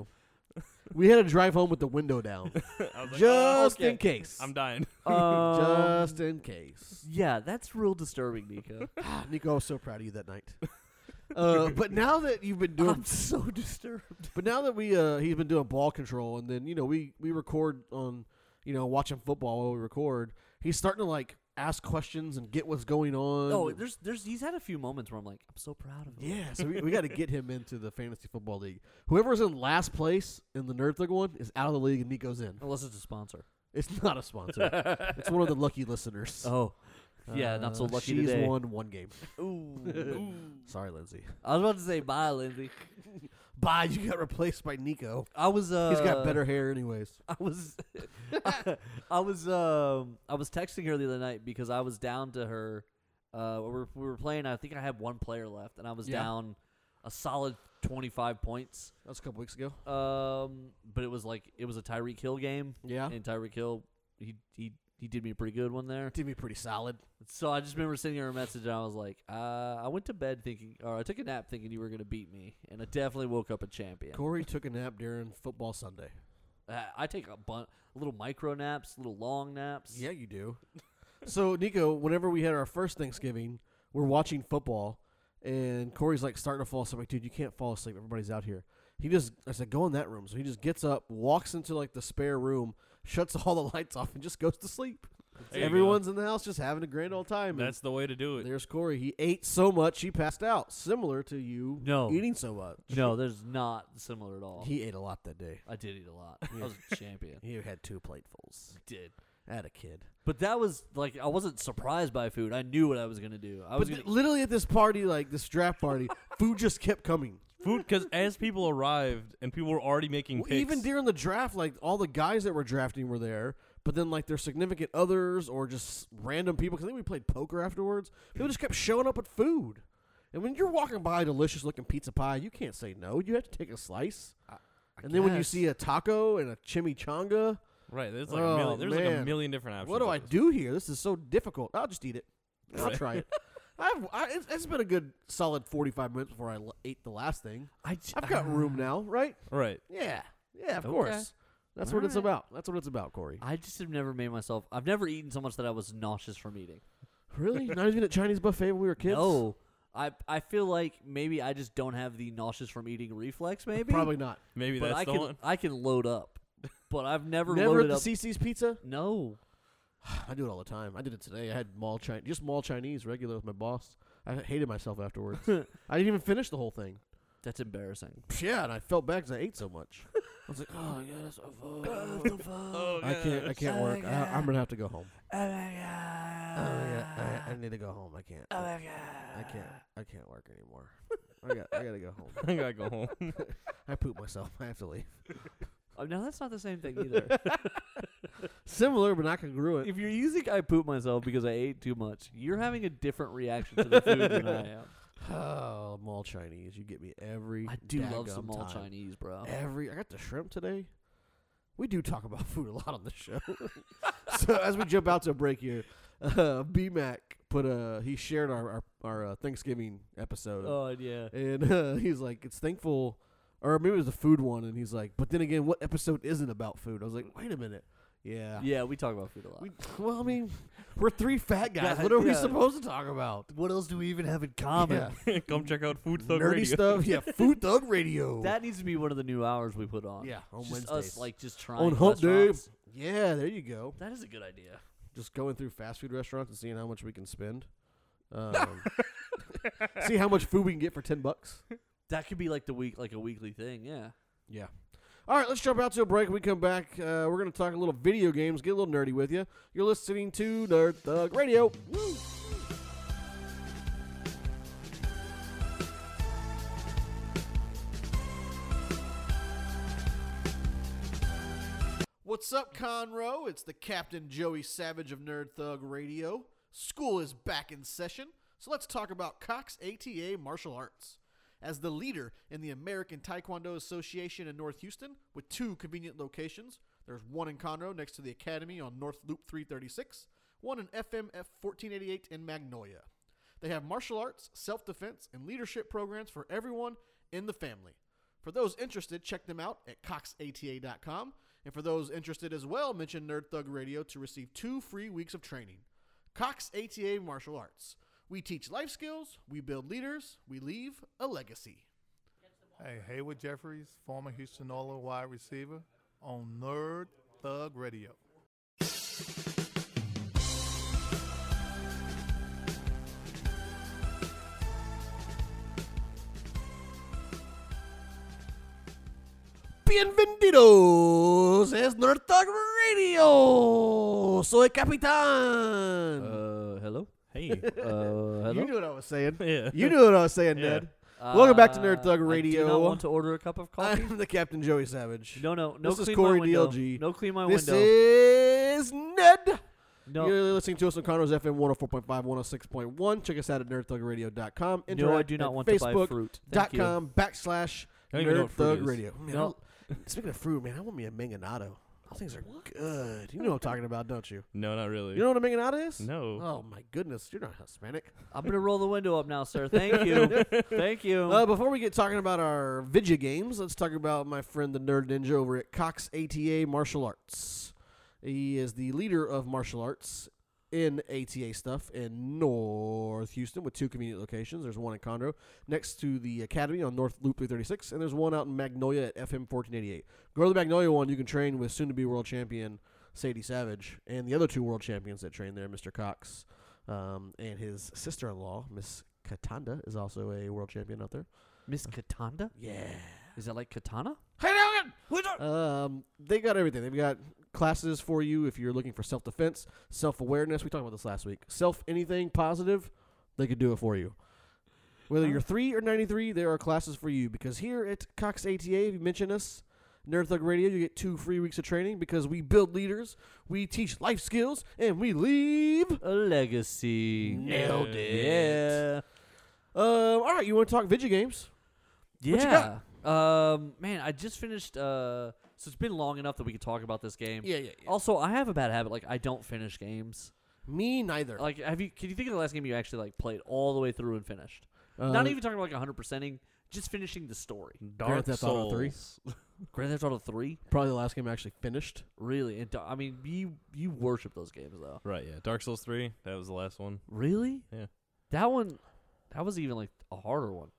Speaker 1: we had to drive home with the window down,
Speaker 3: I was like, "Oh,
Speaker 1: just
Speaker 3: okay.
Speaker 1: in case.
Speaker 3: I'm dying.
Speaker 2: Um,
Speaker 1: just in case.
Speaker 2: yeah, that's real disturbing, Nico.
Speaker 1: Ah, Nico, I was so proud of you that night. Uh, but now that you've been doing
Speaker 2: I'm so disturbed.
Speaker 1: But now that we uh, he's been doing ball control, and then you know we we record on you know watching football while we record. He's starting to like ask questions and get what's going on.
Speaker 2: Oh, there's there's he's had a few moments where I'm like, I'm so proud of him.
Speaker 1: yeah. So we, we got to get him into the fantasy football league. Whoever's in last place in the Nerd Thug one is out of the league, and Nico's in.
Speaker 2: Unless it's a sponsor.
Speaker 1: It's not a sponsor. it's one of the lucky listeners.
Speaker 2: Oh, yeah, not so
Speaker 1: Uh,
Speaker 2: lucky
Speaker 1: She's
Speaker 2: today.
Speaker 1: won one game.
Speaker 2: Ooh.
Speaker 1: Sorry, Lindsay.
Speaker 2: I was about to say bye, Lindsay.
Speaker 1: Bye. You got replaced by Nico.
Speaker 2: I was uh,
Speaker 1: He's got better hair, anyways.
Speaker 2: I was, I, was, um, I was texting her the other night because I was down to her. Uh, we were, we were playing. I think I had one player left, and I was
Speaker 1: Yeah.
Speaker 2: down a solid twenty five points.
Speaker 1: That was a couple weeks ago.
Speaker 2: Um, but it was like it was a Tyreek Hill game,
Speaker 1: Yeah.
Speaker 2: and Tyreek Hill he he he did me a pretty good one there.
Speaker 1: Did me pretty solid.
Speaker 2: So I just remember sending her a message, and I was like, uh, I went to bed thinking, or I took a nap thinking you were gonna beat me, and I definitely woke up a champion.
Speaker 1: Corey took a nap during football Sunday.
Speaker 2: Uh, I take a bun- little micro naps, little long naps.
Speaker 1: Yeah, you do. so, Nico, whenever we had our first Thanksgiving, we're watching football, and Corey's like starting to fall asleep. Like, dude, you can't fall asleep. Everybody's out here. He just, I said, go in that room. So he just gets up, walks into like the spare room, shuts all the lights off, and just goes to sleep.
Speaker 3: There you go.
Speaker 1: Everyone's in the house just having a grand old time. and
Speaker 3: That's the way to do it.
Speaker 1: there's Corey. He ate so much, he passed out. Similar to you
Speaker 2: No.
Speaker 1: eating so much.
Speaker 2: No, there's not similar at all.
Speaker 1: He ate a lot that day.
Speaker 2: I did eat a lot. I was a champion.
Speaker 1: He had two platefuls.
Speaker 2: did.
Speaker 1: I had a kid.
Speaker 2: But that was like I wasn't surprised by food. I knew what I was gonna do. I was
Speaker 1: but
Speaker 2: gonna.
Speaker 1: literally at this party, like this draft party, food just kept coming.
Speaker 3: Food, because as people arrived and people were already making
Speaker 1: Well,
Speaker 3: picks,
Speaker 1: even during the draft, like all the guys that were drafting were there, but then like their significant others or just random people. 'cause I think we played poker afterwards. People just kept showing up with food. And when you're walking by a delicious looking pizza pie, you can't say no. You have to take a slice. and then when you
Speaker 2: guess.
Speaker 1: see a taco and a chimichanga,
Speaker 3: right? There's like
Speaker 1: Oh,
Speaker 3: a million. There's like
Speaker 1: man.
Speaker 3: a million different options.
Speaker 1: what do
Speaker 3: of
Speaker 1: I
Speaker 3: this.
Speaker 1: do here? This is so difficult. I'll just eat it. I'll try it. I've I, it's, it's been a good solid 45 minutes before I l- ate the last thing.
Speaker 2: I j- uh,
Speaker 1: I've got room now, right?
Speaker 3: Right.
Speaker 1: Yeah. Yeah, of
Speaker 2: Okay.
Speaker 1: course. That's what it's
Speaker 2: Alright.
Speaker 1: about. That's what it's about, Corey.
Speaker 2: I just have never made myself. I've never eaten so much that I was nauseous from eating.
Speaker 1: Really? Not even at Chinese buffet when we were kids?
Speaker 2: No, I I feel like maybe I just don't have the nauseous from eating reflex. Maybe
Speaker 1: Probably not.
Speaker 3: Maybe
Speaker 2: But
Speaker 3: that's
Speaker 2: I
Speaker 3: the
Speaker 2: can
Speaker 3: one.
Speaker 2: I can load up, but I've never,
Speaker 1: Never at
Speaker 2: loaded
Speaker 1: the
Speaker 2: up.
Speaker 1: CC's Pizza?
Speaker 2: no,
Speaker 1: I do it all the time. I did it today. I had mall Chinese, just mall Chinese regular with my boss. I hated myself afterwards. I didn't even finish the whole thing.
Speaker 2: that's embarrassing.
Speaker 1: Yeah, and I felt bad because I ate so much. I was like, oh, yeah, that's
Speaker 3: Oh,
Speaker 1: I can't. I
Speaker 3: gosh.
Speaker 1: can't
Speaker 2: Oh
Speaker 1: work.
Speaker 2: my
Speaker 1: I, I'm
Speaker 2: God.
Speaker 1: gonna have to go home.
Speaker 2: Oh my god!
Speaker 1: Oh, yeah, I, I need to go home. I can't.
Speaker 2: oh
Speaker 1: I
Speaker 2: my god!
Speaker 1: can't. I can't work anymore. I got. I gotta go home.
Speaker 3: I gotta go home.
Speaker 1: I poop myself. I have to leave.
Speaker 2: Oh, no, that's not the same thing either.
Speaker 1: Similar, but not congruent.
Speaker 2: if you're using "I poop myself" because I ate too much, you're having a different reaction to the food than I am.
Speaker 1: Oh, mall Chinese. You get me every.
Speaker 2: I do love
Speaker 1: daggum
Speaker 2: some all
Speaker 1: time.
Speaker 2: Chinese, bro.
Speaker 1: Every. I got the shrimp today. We do talk about food a lot on the show. so as we jump out to a break here, uh, B Mac put a. He shared our our, our uh, Thanksgiving episode.
Speaker 2: Oh yeah.
Speaker 1: And uh, he's like, it's thankful, or maybe it was the food one, and he's like, but then again, what episode isn't about food? I was like, wait a minute, yeah,
Speaker 2: Yeah, we talk about food a lot.
Speaker 1: We, well, I mean, we're three fat guys.
Speaker 2: Yeah,
Speaker 1: what are we
Speaker 2: yeah.
Speaker 1: supposed to talk about?
Speaker 2: what else do we even have in common?
Speaker 1: Yeah.
Speaker 3: Come check out Food Thug
Speaker 1: Nerdy
Speaker 3: Radio.
Speaker 1: stuff. Yeah, food thug radio.
Speaker 2: That needs to be one of the new hours we put on.
Speaker 1: yeah, on
Speaker 2: just
Speaker 1: Wednesdays.
Speaker 2: us like just trying
Speaker 1: on Hump Day.
Speaker 2: restaurants.
Speaker 1: Yeah, there you go.
Speaker 2: That is a good idea.
Speaker 1: Just going through fast food restaurants and seeing how much we can spend. Um, see how much food we can get for ten bucks.
Speaker 2: That could be like the week, like a weekly thing. Yeah.
Speaker 1: Yeah. All right, let's jump out to a break. When we come back, uh, we're going to talk a little video games, get a little nerdy with you. You're listening to Nerd Thug Radio. What's up, Conroe? It's the Captain Joey Savage of Nerd Thug Radio. School is back in session, so let's talk about Cox ATA Martial Arts. As the leader in the American Taekwondo Association in North Houston, with two convenient locations, there's one in Conroe next to the Academy on North Loop 336, one in FMF 1488 in Magnolia. They have martial arts, self defense, and leadership programs for everyone in the family. For those interested, check them out at coxata.com. And for those interested as well, mention Nerd Thug Radio to receive two free weeks of training. Cox ATA Martial Arts. We teach life skills, we build leaders, we leave a legacy.
Speaker 5: Hey, Hayward Jeffries, former Houston Oilers wide receiver, on Nerd Thug Radio.
Speaker 1: Bienvenidos, es Nerd Thug Radio. Soy Capitán.
Speaker 2: Uh, hello.
Speaker 3: Hey.
Speaker 2: Uh, hello.
Speaker 1: Hmm. you knew what I was saying.
Speaker 3: yeah.
Speaker 1: You knew what I was saying,
Speaker 3: Yeah.
Speaker 1: Ned. Welcome back to Nerd
Speaker 2: Uh,
Speaker 1: Thug
Speaker 2: I do not
Speaker 1: Radio.
Speaker 2: want to order a cup of coffee.
Speaker 1: I'm the Captain Joey Savage.
Speaker 2: no, no, no.
Speaker 1: This is
Speaker 2: clean
Speaker 1: Corey
Speaker 2: my window.
Speaker 1: DLG.
Speaker 2: No, clean my
Speaker 1: this
Speaker 2: window.
Speaker 1: is Ned.
Speaker 2: no,
Speaker 1: You're listening to us on Conroe's FM 104.5, 106.1. Check us out at nerdthugradio.com.
Speaker 2: no. I
Speaker 1: Interact
Speaker 2: do not
Speaker 1: at
Speaker 2: want to buy
Speaker 1: Facebook
Speaker 2: fruit. Thank
Speaker 1: dot
Speaker 2: you.
Speaker 1: com backslash
Speaker 3: I don't even know
Speaker 1: Nerd
Speaker 3: what fruit
Speaker 1: Thug
Speaker 3: is.
Speaker 1: Radio. Man,
Speaker 2: No.
Speaker 1: I- Speaking of fruit, man, I want me a manganado. Those things are good. You know what I'm talking about, don't you?
Speaker 3: No, not really.
Speaker 1: You know what a manganado is?
Speaker 3: no.
Speaker 1: Oh my goodness, you're not Hispanic.
Speaker 2: I'm gonna roll the window up now, sir. Thank you. Thank you.
Speaker 1: Uh, before we get talking about our video games, let's talk about my friend the Nerd Ninja over at Cox ATA Martial Arts. He is the leader of martial arts in ATA stuff in North Houston with two convenient locations. There's one in Conroe next to the Academy on North Loop 336, and there's one out in Magnolia at FM 1488. Go to the Magnolia one, you can train with soon to be world champion Sadie Savage and the other two world champions that train there, Mr. Cox. Um, and his sister in law, Miss Katanda, is also a world champion out there.
Speaker 2: Miss Katanda?
Speaker 1: Yeah.
Speaker 2: Is that like katana?
Speaker 1: Um, they got everything. They've got classes for you if you're looking for self defense, self awareness. We talked about this last week. Self anything positive, they could do it for you. Whether you're three or 93, there are classes for you because here at Cox ATA, if you mention us, Nerd Thug Radio, you get two free weeks of training because we build leaders, we teach life skills, and we leave.
Speaker 2: A legacy.
Speaker 1: Nailed it.
Speaker 2: Yeah.
Speaker 1: Um, all right, you want to talk video games?
Speaker 2: Yeah.
Speaker 1: What you got?
Speaker 2: Um, man, I just finished. Uh, so it's been long enough that we could talk about this game.
Speaker 1: Yeah, yeah, yeah.
Speaker 2: Also, I have a bad habit. Like, I don't finish games.
Speaker 1: Me neither.
Speaker 2: Like, have you? Can you think of the last game you actually like played all the way through and finished?
Speaker 1: Uh,
Speaker 2: Not even talking about like 100 percenting. Just finishing the story.
Speaker 1: Grand
Speaker 3: Dark
Speaker 1: Theft Auto
Speaker 3: Souls.
Speaker 1: 3.
Speaker 2: Grand Theft Auto 3,
Speaker 1: probably the last game I actually finished.
Speaker 2: really? And I mean, you you worship those games though.
Speaker 3: Right, yeah. Dark Souls 3. That was the last one.
Speaker 2: Really?
Speaker 3: Yeah.
Speaker 2: That one, that was even like a harder one.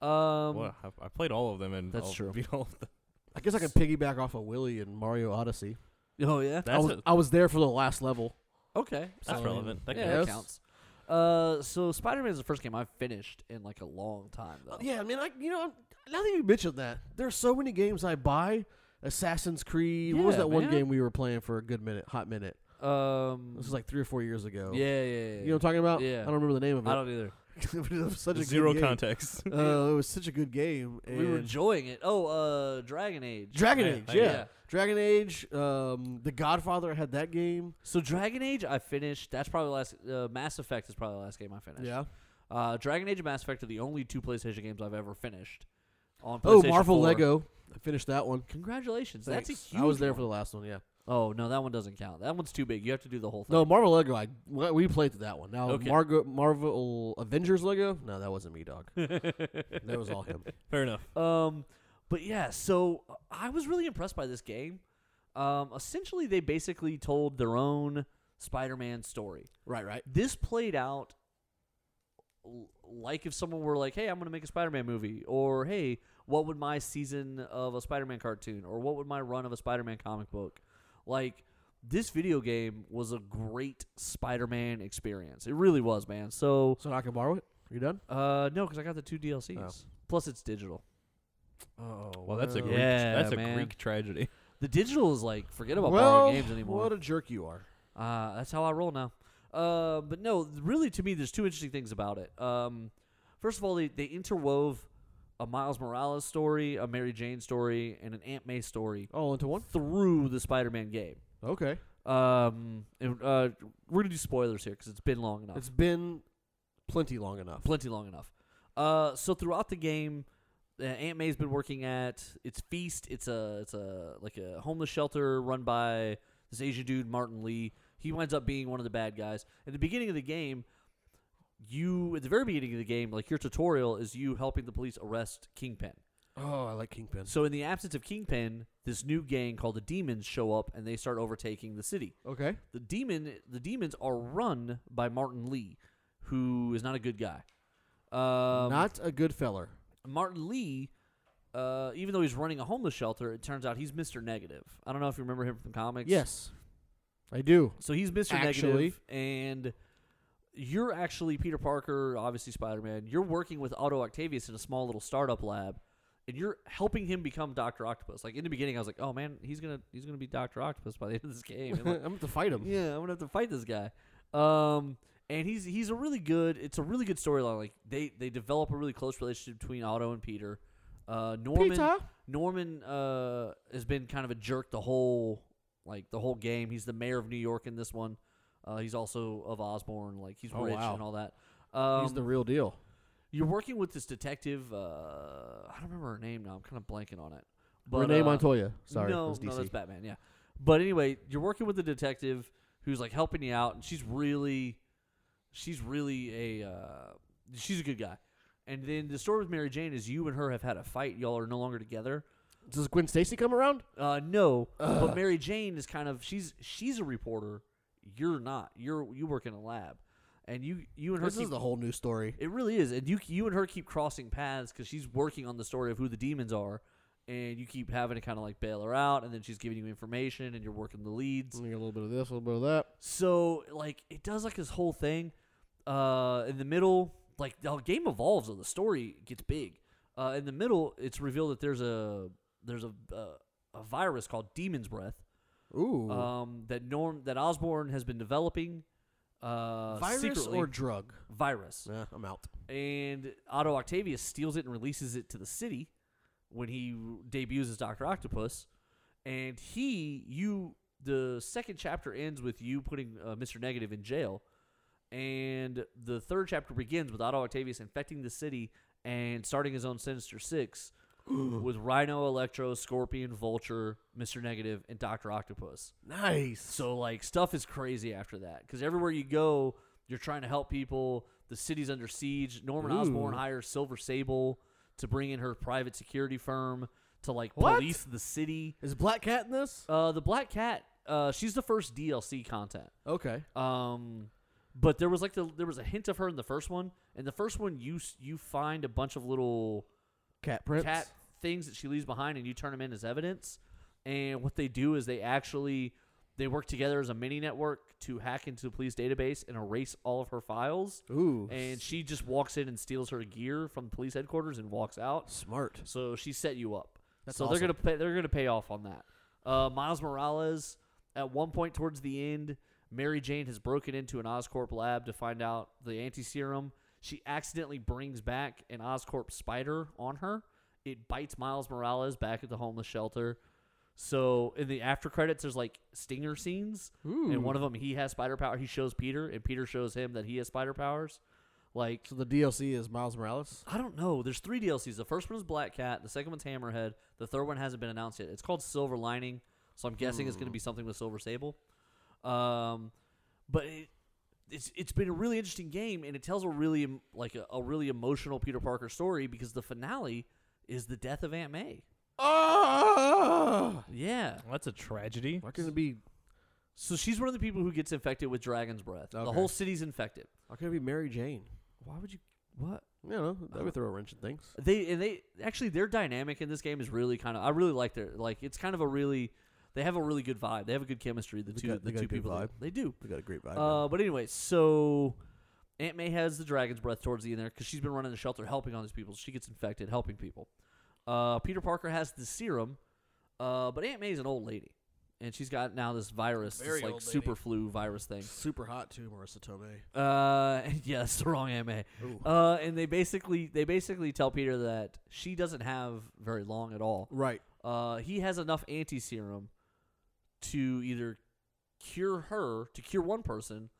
Speaker 2: Um,
Speaker 3: well, I, I played all of them and
Speaker 2: That's
Speaker 3: all-
Speaker 2: true.
Speaker 3: beat all of them.
Speaker 1: I guess I can piggyback off of Willie and Mario Odyssey.
Speaker 2: oh yeah.
Speaker 1: I
Speaker 3: That's
Speaker 1: was,
Speaker 3: a-
Speaker 1: I was there for the last level.
Speaker 2: Okay.
Speaker 3: that's
Speaker 1: so-
Speaker 3: relevant. That
Speaker 2: yeah,
Speaker 3: counts.
Speaker 2: that counts. Uh, so Spider Man is the first game I've finished in like a long time though.
Speaker 1: Uh, Yeah, I mean, I you know, I'm- now that you mentioned that, there's so many games I buy. Assassin's Creed. what was
Speaker 2: Yeah,
Speaker 1: that one
Speaker 2: man.
Speaker 1: game we were playing for a good minute, hot minute?
Speaker 2: Um,
Speaker 1: This was like three or four years ago.
Speaker 2: yeah, yeah, yeah,
Speaker 1: You know what I'm talking about?
Speaker 2: Yeah.
Speaker 1: I don't remember the name of it.
Speaker 2: I don't either.
Speaker 1: But it was such a good
Speaker 3: Zero
Speaker 1: game.
Speaker 3: context.
Speaker 1: Uh, it was such a good game.
Speaker 2: We were
Speaker 1: and-
Speaker 2: enjoying it. Oh, uh, Dragon Age.
Speaker 1: Dragon
Speaker 3: Yeah,
Speaker 1: Age,
Speaker 3: I-
Speaker 1: yeah.
Speaker 2: yeah.
Speaker 1: Dragon Age. Um, the Godfather had that game.
Speaker 2: so Dragon Age, I finished. That's probably the last. Uh, Mass Effect is probably the last game I finished.
Speaker 1: Yeah.
Speaker 2: Uh, Dragon Age and Mass Effect are the only two PlayStation games I've ever finished. On
Speaker 1: Oh,
Speaker 2: PlayStation
Speaker 1: Marvel
Speaker 2: 4.
Speaker 1: Lego. I finished that one.
Speaker 2: Congratulations. That's a
Speaker 1: Thanks.
Speaker 2: huge
Speaker 1: I was there
Speaker 2: one.
Speaker 1: for the last one. Yeah.
Speaker 2: Oh no, that one doesn't count. That one's too big. You have to do the whole thing.
Speaker 1: No, Marvel Lego. I we we played through that one. Now
Speaker 2: Okay.
Speaker 1: Margo, Marvel Avengers Lego. No, that wasn't me, dog. that was all him.
Speaker 3: Fair enough.
Speaker 2: Um, But yeah, so I was really impressed by this game. Um, essentially, they basically told their own Spider-Man story.
Speaker 1: Right, right.
Speaker 2: This played out l- like if someone were like, "Hey, I'm going to make a Spider-Man movie," or "Hey, what would my season of a Spider-Man cartoon, or what would my run of a Spider-Man comic book?" Like this video game was a great Spider-Man experience. It really was, man. So,
Speaker 1: So I can borrow it. You done?
Speaker 2: uh, no, because I got the two DLCs. Plus, it's digital.
Speaker 1: Oh,
Speaker 3: Well, that's a
Speaker 2: Wow.
Speaker 3: Greek,
Speaker 2: Yeah,
Speaker 3: that's a
Speaker 2: man.
Speaker 3: Greek tragedy.
Speaker 2: The digital is like forget about
Speaker 1: well,
Speaker 2: borrowing games anymore.
Speaker 1: What a jerk you are.
Speaker 2: Uh, that's how I roll now. Uh, but no, th- really, to me, there's two interesting things about it. Um, first of all, they, they interwove a Miles Morales story, a Mary Jane story, and an Aunt May story
Speaker 1: All into one.
Speaker 2: through the Spider-Man game.
Speaker 1: Okay.
Speaker 2: Um, and, uh, we're gonna do spoilers here because it's been long enough,
Speaker 1: It's been plenty long enough.
Speaker 2: plenty long enough. Uh, so throughout the game, uh, Aunt May's been working at it's Feast. It's a it's a like a homeless shelter run by this Asian dude Martin Lee. He winds up being one of the bad guys. At the beginning of the game, you at the very beginning of the game, like your tutorial is you helping the police arrest Kingpin.
Speaker 1: Oh, I like Kingpin.
Speaker 2: So in the absence of Kingpin, this new gang called the Demons show up and they start overtaking the city.
Speaker 1: Okay.
Speaker 2: The demon the demons are run by Martin Lee, who is not a good guy. Um,
Speaker 1: Not a good feller.
Speaker 2: Martin Lee, uh, even though he's running a homeless shelter, it turns out he's Mr. Negative. I don't know if you remember him from comics.
Speaker 1: Yes, I do.
Speaker 2: So he's Mr.
Speaker 1: Actually.
Speaker 2: Negative, and you're actually Peter Parker, obviously Spider Man. You're working with Otto Octavius in a small little startup lab, and you're helping him become Doctor Octopus. Like in the beginning, I was like, "Oh man, he's gonna he's gonna be Doctor Octopus by the end of this game." And,
Speaker 1: I'm
Speaker 2: like,
Speaker 1: about to fight him.
Speaker 2: yeah, I'm gonna have to fight this guy. Um, and he's he's a really good. It's a really good storyline. Like they they develop a really close relationship between Otto and Peter. Uh, Norman
Speaker 1: Peter.
Speaker 2: Norman uh has been kind of a jerk the whole like the whole game. He's the mayor of New York in this one. Uh, he's also of Osborne. Like he's
Speaker 1: Oh,
Speaker 2: rich
Speaker 1: wow.
Speaker 2: and all that. Um,
Speaker 1: He's the real deal.
Speaker 2: you're working with this detective. Uh, I don't remember her name now. I'm kind of blanking on it. But,
Speaker 1: Renee
Speaker 2: uh,
Speaker 1: Montoya. Sorry,
Speaker 2: no,
Speaker 1: that's DC.
Speaker 2: no, that's Batman. Yeah, but anyway, you're working with a detective who's like helping you out, and she's really, she's really a, uh, she's a good guy. And then the story with Mary Jane is you and her have had a fight. Y'all are no longer together.
Speaker 1: Does Gwen Stacy come around?
Speaker 2: Uh, no, but Mary Jane is kind of she's she's a reporter. You're not. You're you work in a lab, and you you and her.
Speaker 1: This
Speaker 2: keep-
Speaker 1: is the whole new story.
Speaker 2: it really is, and you you and her keep crossing paths because she's working on the story of who the demons are, and you keep having to kind of like bail her out, and then she's giving you information, and you're working the leads.
Speaker 1: a little bit of this, a little bit of that.
Speaker 2: So like it does like this whole thing. Uh, in the middle, like the whole game evolves, or the story gets big. Uh, in the middle, it's revealed that there's a there's a uh, a virus called Demon's Breath
Speaker 1: Ooh,
Speaker 2: um, that Norm that Osborne has been developing. Uh,
Speaker 1: virus
Speaker 2: secretly.
Speaker 1: or drug?
Speaker 2: virus?
Speaker 1: Nah, I'm out.
Speaker 2: and Otto Octavius steals it and releases it to the city when he debuts as Doctor Octopus. And he, you, the second chapter ends with you putting uh, Mister Negative in jail, and the third chapter begins with Otto Octavius infecting the city and starting his own Sinister Six with Rhino, Electro, Scorpion, Vulture, Mister Negative, and Doctor Octopus.
Speaker 1: Nice.
Speaker 2: So like stuff is crazy after that because everywhere you go, you're trying to help people. The city's under siege. Norman Osborn
Speaker 1: Ooh.
Speaker 2: hires Silver Sable to bring in her private security firm to like
Speaker 1: What?
Speaker 2: police the city.
Speaker 1: is Black Cat in this?
Speaker 2: Uh, the Black Cat. Uh, she's the first DLC content.
Speaker 1: Okay.
Speaker 2: Um, but there was like the there was a hint of her in the first one. In the first one, you s- you find a bunch of little
Speaker 1: Cat Prince.
Speaker 2: cat things that she leaves behind and you turn them in as evidence and what they do is they actually they work together as a mini network to hack into the police database and erase all of her files
Speaker 1: Ooh,
Speaker 2: and she just walks in and steals her gear from police headquarters and walks out
Speaker 1: smart.
Speaker 2: so she set you up
Speaker 1: That's
Speaker 2: so
Speaker 1: awesome.
Speaker 2: they're gonna pay, they're gonna pay off on that uh, miles morales at one point towards the end mary jane has broken into an oscorp lab to find out the anti-serum she accidentally brings back an oscorp spider on her it bites Miles Morales back at the homeless shelter. So in the after credits, there's like stinger scenes, and one of them he has spider power. He shows Peter, and Peter shows him that he has spider powers. Like
Speaker 1: So the DLC is Miles Morales.
Speaker 2: I don't know. There's three DLCs. The first one is Black Cat. The second one's Hammerhead. The third one hasn't been announced yet. It's called Silver Lining. So I'm guessing it's going
Speaker 1: Hmm.
Speaker 2: to be something with Silver Sable. Um, but it, it's it's been a really interesting game, and it tells a really em- like a, a really emotional Peter Parker story because the finale is the death of Aunt May.
Speaker 1: Ah!
Speaker 2: Yeah.
Speaker 3: Well, that's a tragedy.
Speaker 1: Why couldn't it be?
Speaker 2: So she's one of the people who gets infected with dragon's breath. The
Speaker 1: Okay.
Speaker 2: whole city's infected.
Speaker 1: Why couldn't it be Mary Jane?
Speaker 2: Why would you? What?
Speaker 1: You know, that would throw a wrench in things.
Speaker 2: They and they actually their dynamic in this game is really kind of I really like their like it's kind of a really they have a really good vibe. They have a good chemistry. The
Speaker 1: They
Speaker 2: two
Speaker 1: got- they
Speaker 2: the
Speaker 1: got a
Speaker 2: two
Speaker 1: good
Speaker 2: people that-
Speaker 1: vibe.
Speaker 2: they do.
Speaker 1: We got a great vibe.
Speaker 2: Uh, but anyway, so Aunt May has the dragon's breath towards the end there because she's been running the shelter, helping all these people. She gets infected, helping people. Uh, Peter Parker has the serum, uh, but Aunt May's an old lady, and she's got now this virus,
Speaker 5: Very
Speaker 2: this like
Speaker 5: old lady.
Speaker 2: super flu virus thing.
Speaker 1: Super hot too, Marissa Tomei.
Speaker 2: Uh, yeah, that's the wrong Aunt May.
Speaker 1: Ooh.
Speaker 2: Uh, and they basically they basically tell Peter that she doesn't have very long at all.
Speaker 1: Right.
Speaker 2: Uh, he has enough anti serum to either cure her to cure one person,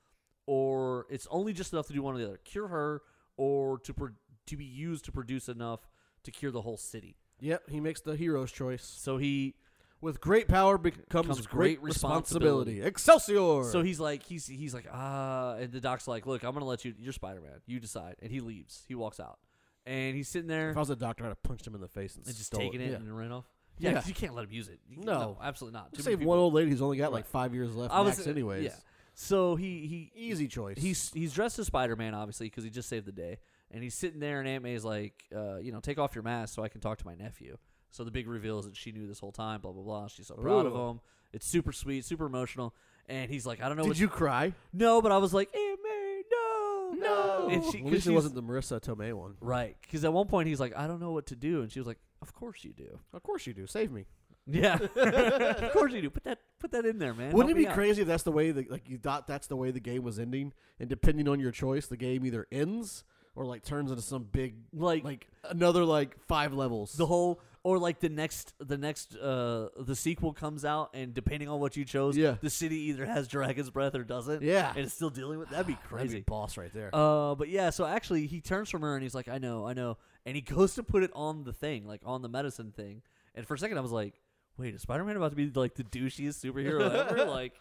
Speaker 2: or it's only just enough to do one or the other. Cure her, or to pro- to be used to produce enough to cure the whole city.
Speaker 1: Yep. He makes the hero's choice.
Speaker 2: So he
Speaker 1: With great power becomes
Speaker 2: Comes
Speaker 1: great,
Speaker 2: great
Speaker 1: responsibility. Excelsior.
Speaker 2: so he's like he's he's like ah, and the doc's like, look, I'm gonna let you. You're Spider Man. You decide. And he leaves. He walks out, and he's sitting there.
Speaker 1: if I was a doctor, I'd have punched him in the face and,
Speaker 2: and just
Speaker 1: stole
Speaker 2: taking it,
Speaker 1: Yeah.
Speaker 2: and ran off. Yeah,
Speaker 1: Yeah.
Speaker 2: 'cause you can't let him use it. You can-
Speaker 1: No.
Speaker 2: absolutely not. Too many
Speaker 1: Save
Speaker 2: people-
Speaker 1: one old lady who's only got like
Speaker 2: Right.
Speaker 1: five years left.
Speaker 2: I was-
Speaker 1: max anyways.
Speaker 2: Yeah. So he he
Speaker 1: Easy choice.
Speaker 2: he's he's dressed as Spider Man obviously because he just saved the day, and he's sitting there, and Aunt May's like, uh, you know, take off your mask so I can talk to my nephew. So the big reveal is that she knew this whole time. Blah blah blah. She's so proud of
Speaker 1: Ooh.
Speaker 2: him. It's super sweet, super emotional, and he's like, I don't know.
Speaker 1: Did
Speaker 2: what
Speaker 1: you cry?
Speaker 2: No, but I was like, Aunt May, no, no. And she,
Speaker 1: Well, at
Speaker 2: 'cause
Speaker 1: least it
Speaker 2: she's-
Speaker 1: wasn't the Marissa Tomei one.
Speaker 2: right because at one point he's like, I don't know what to do, and she was like, Of course you do.
Speaker 1: Of course you do. Save me.
Speaker 2: Yeah, of course you do. Put that put that in there, man.
Speaker 1: Wouldn't it
Speaker 2: Help
Speaker 1: be
Speaker 2: me out.
Speaker 1: crazy if that's the way that like you thought that's the way the game was ending, and depending on your choice, the game either ends or like turns into some big
Speaker 2: Like,
Speaker 1: like another like five levels.
Speaker 2: the whole or like the next the next uh the sequel comes out and depending on what you chose,
Speaker 1: Yeah.
Speaker 2: the city either has dragon's breath or doesn't.
Speaker 1: Yeah.
Speaker 2: and it's still dealing with that'd be
Speaker 1: That'd be
Speaker 2: crazy.
Speaker 1: boss right there.
Speaker 2: Uh, but yeah, so actually he turns from her and he's like, I know, I know, and he goes to put it on the thing, like on the medicine thing. And for a second, I was like, Wait, is Spider Man about to be like the douchiest superhero ever? Like,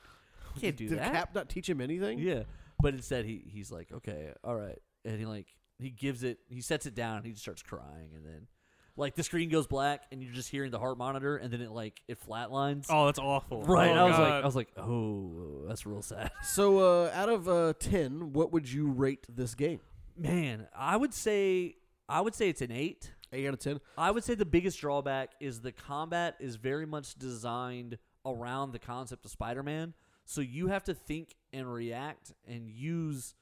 Speaker 2: you can't do
Speaker 1: Did
Speaker 2: that.
Speaker 1: Cap not teach him anything?
Speaker 2: Yeah, but instead he he's like, okay, all right, and he like he gives it, he sets it down, and he just starts crying, and then like the screen goes black, and you're just hearing the heart monitor, and then it like it flatlines.
Speaker 3: Oh, that's awful.
Speaker 2: right,
Speaker 3: Oh,
Speaker 2: I was like,
Speaker 3: God.
Speaker 2: I was like, oh, that's real sad.
Speaker 1: So uh, out of uh, ten, what would you rate this game?
Speaker 2: Man, I would say I would say it's an eight.
Speaker 1: Eight out of ten.
Speaker 2: I would say the biggest drawback is the combat is very much designed around the concept of Spider-Man, so you have to think and react and use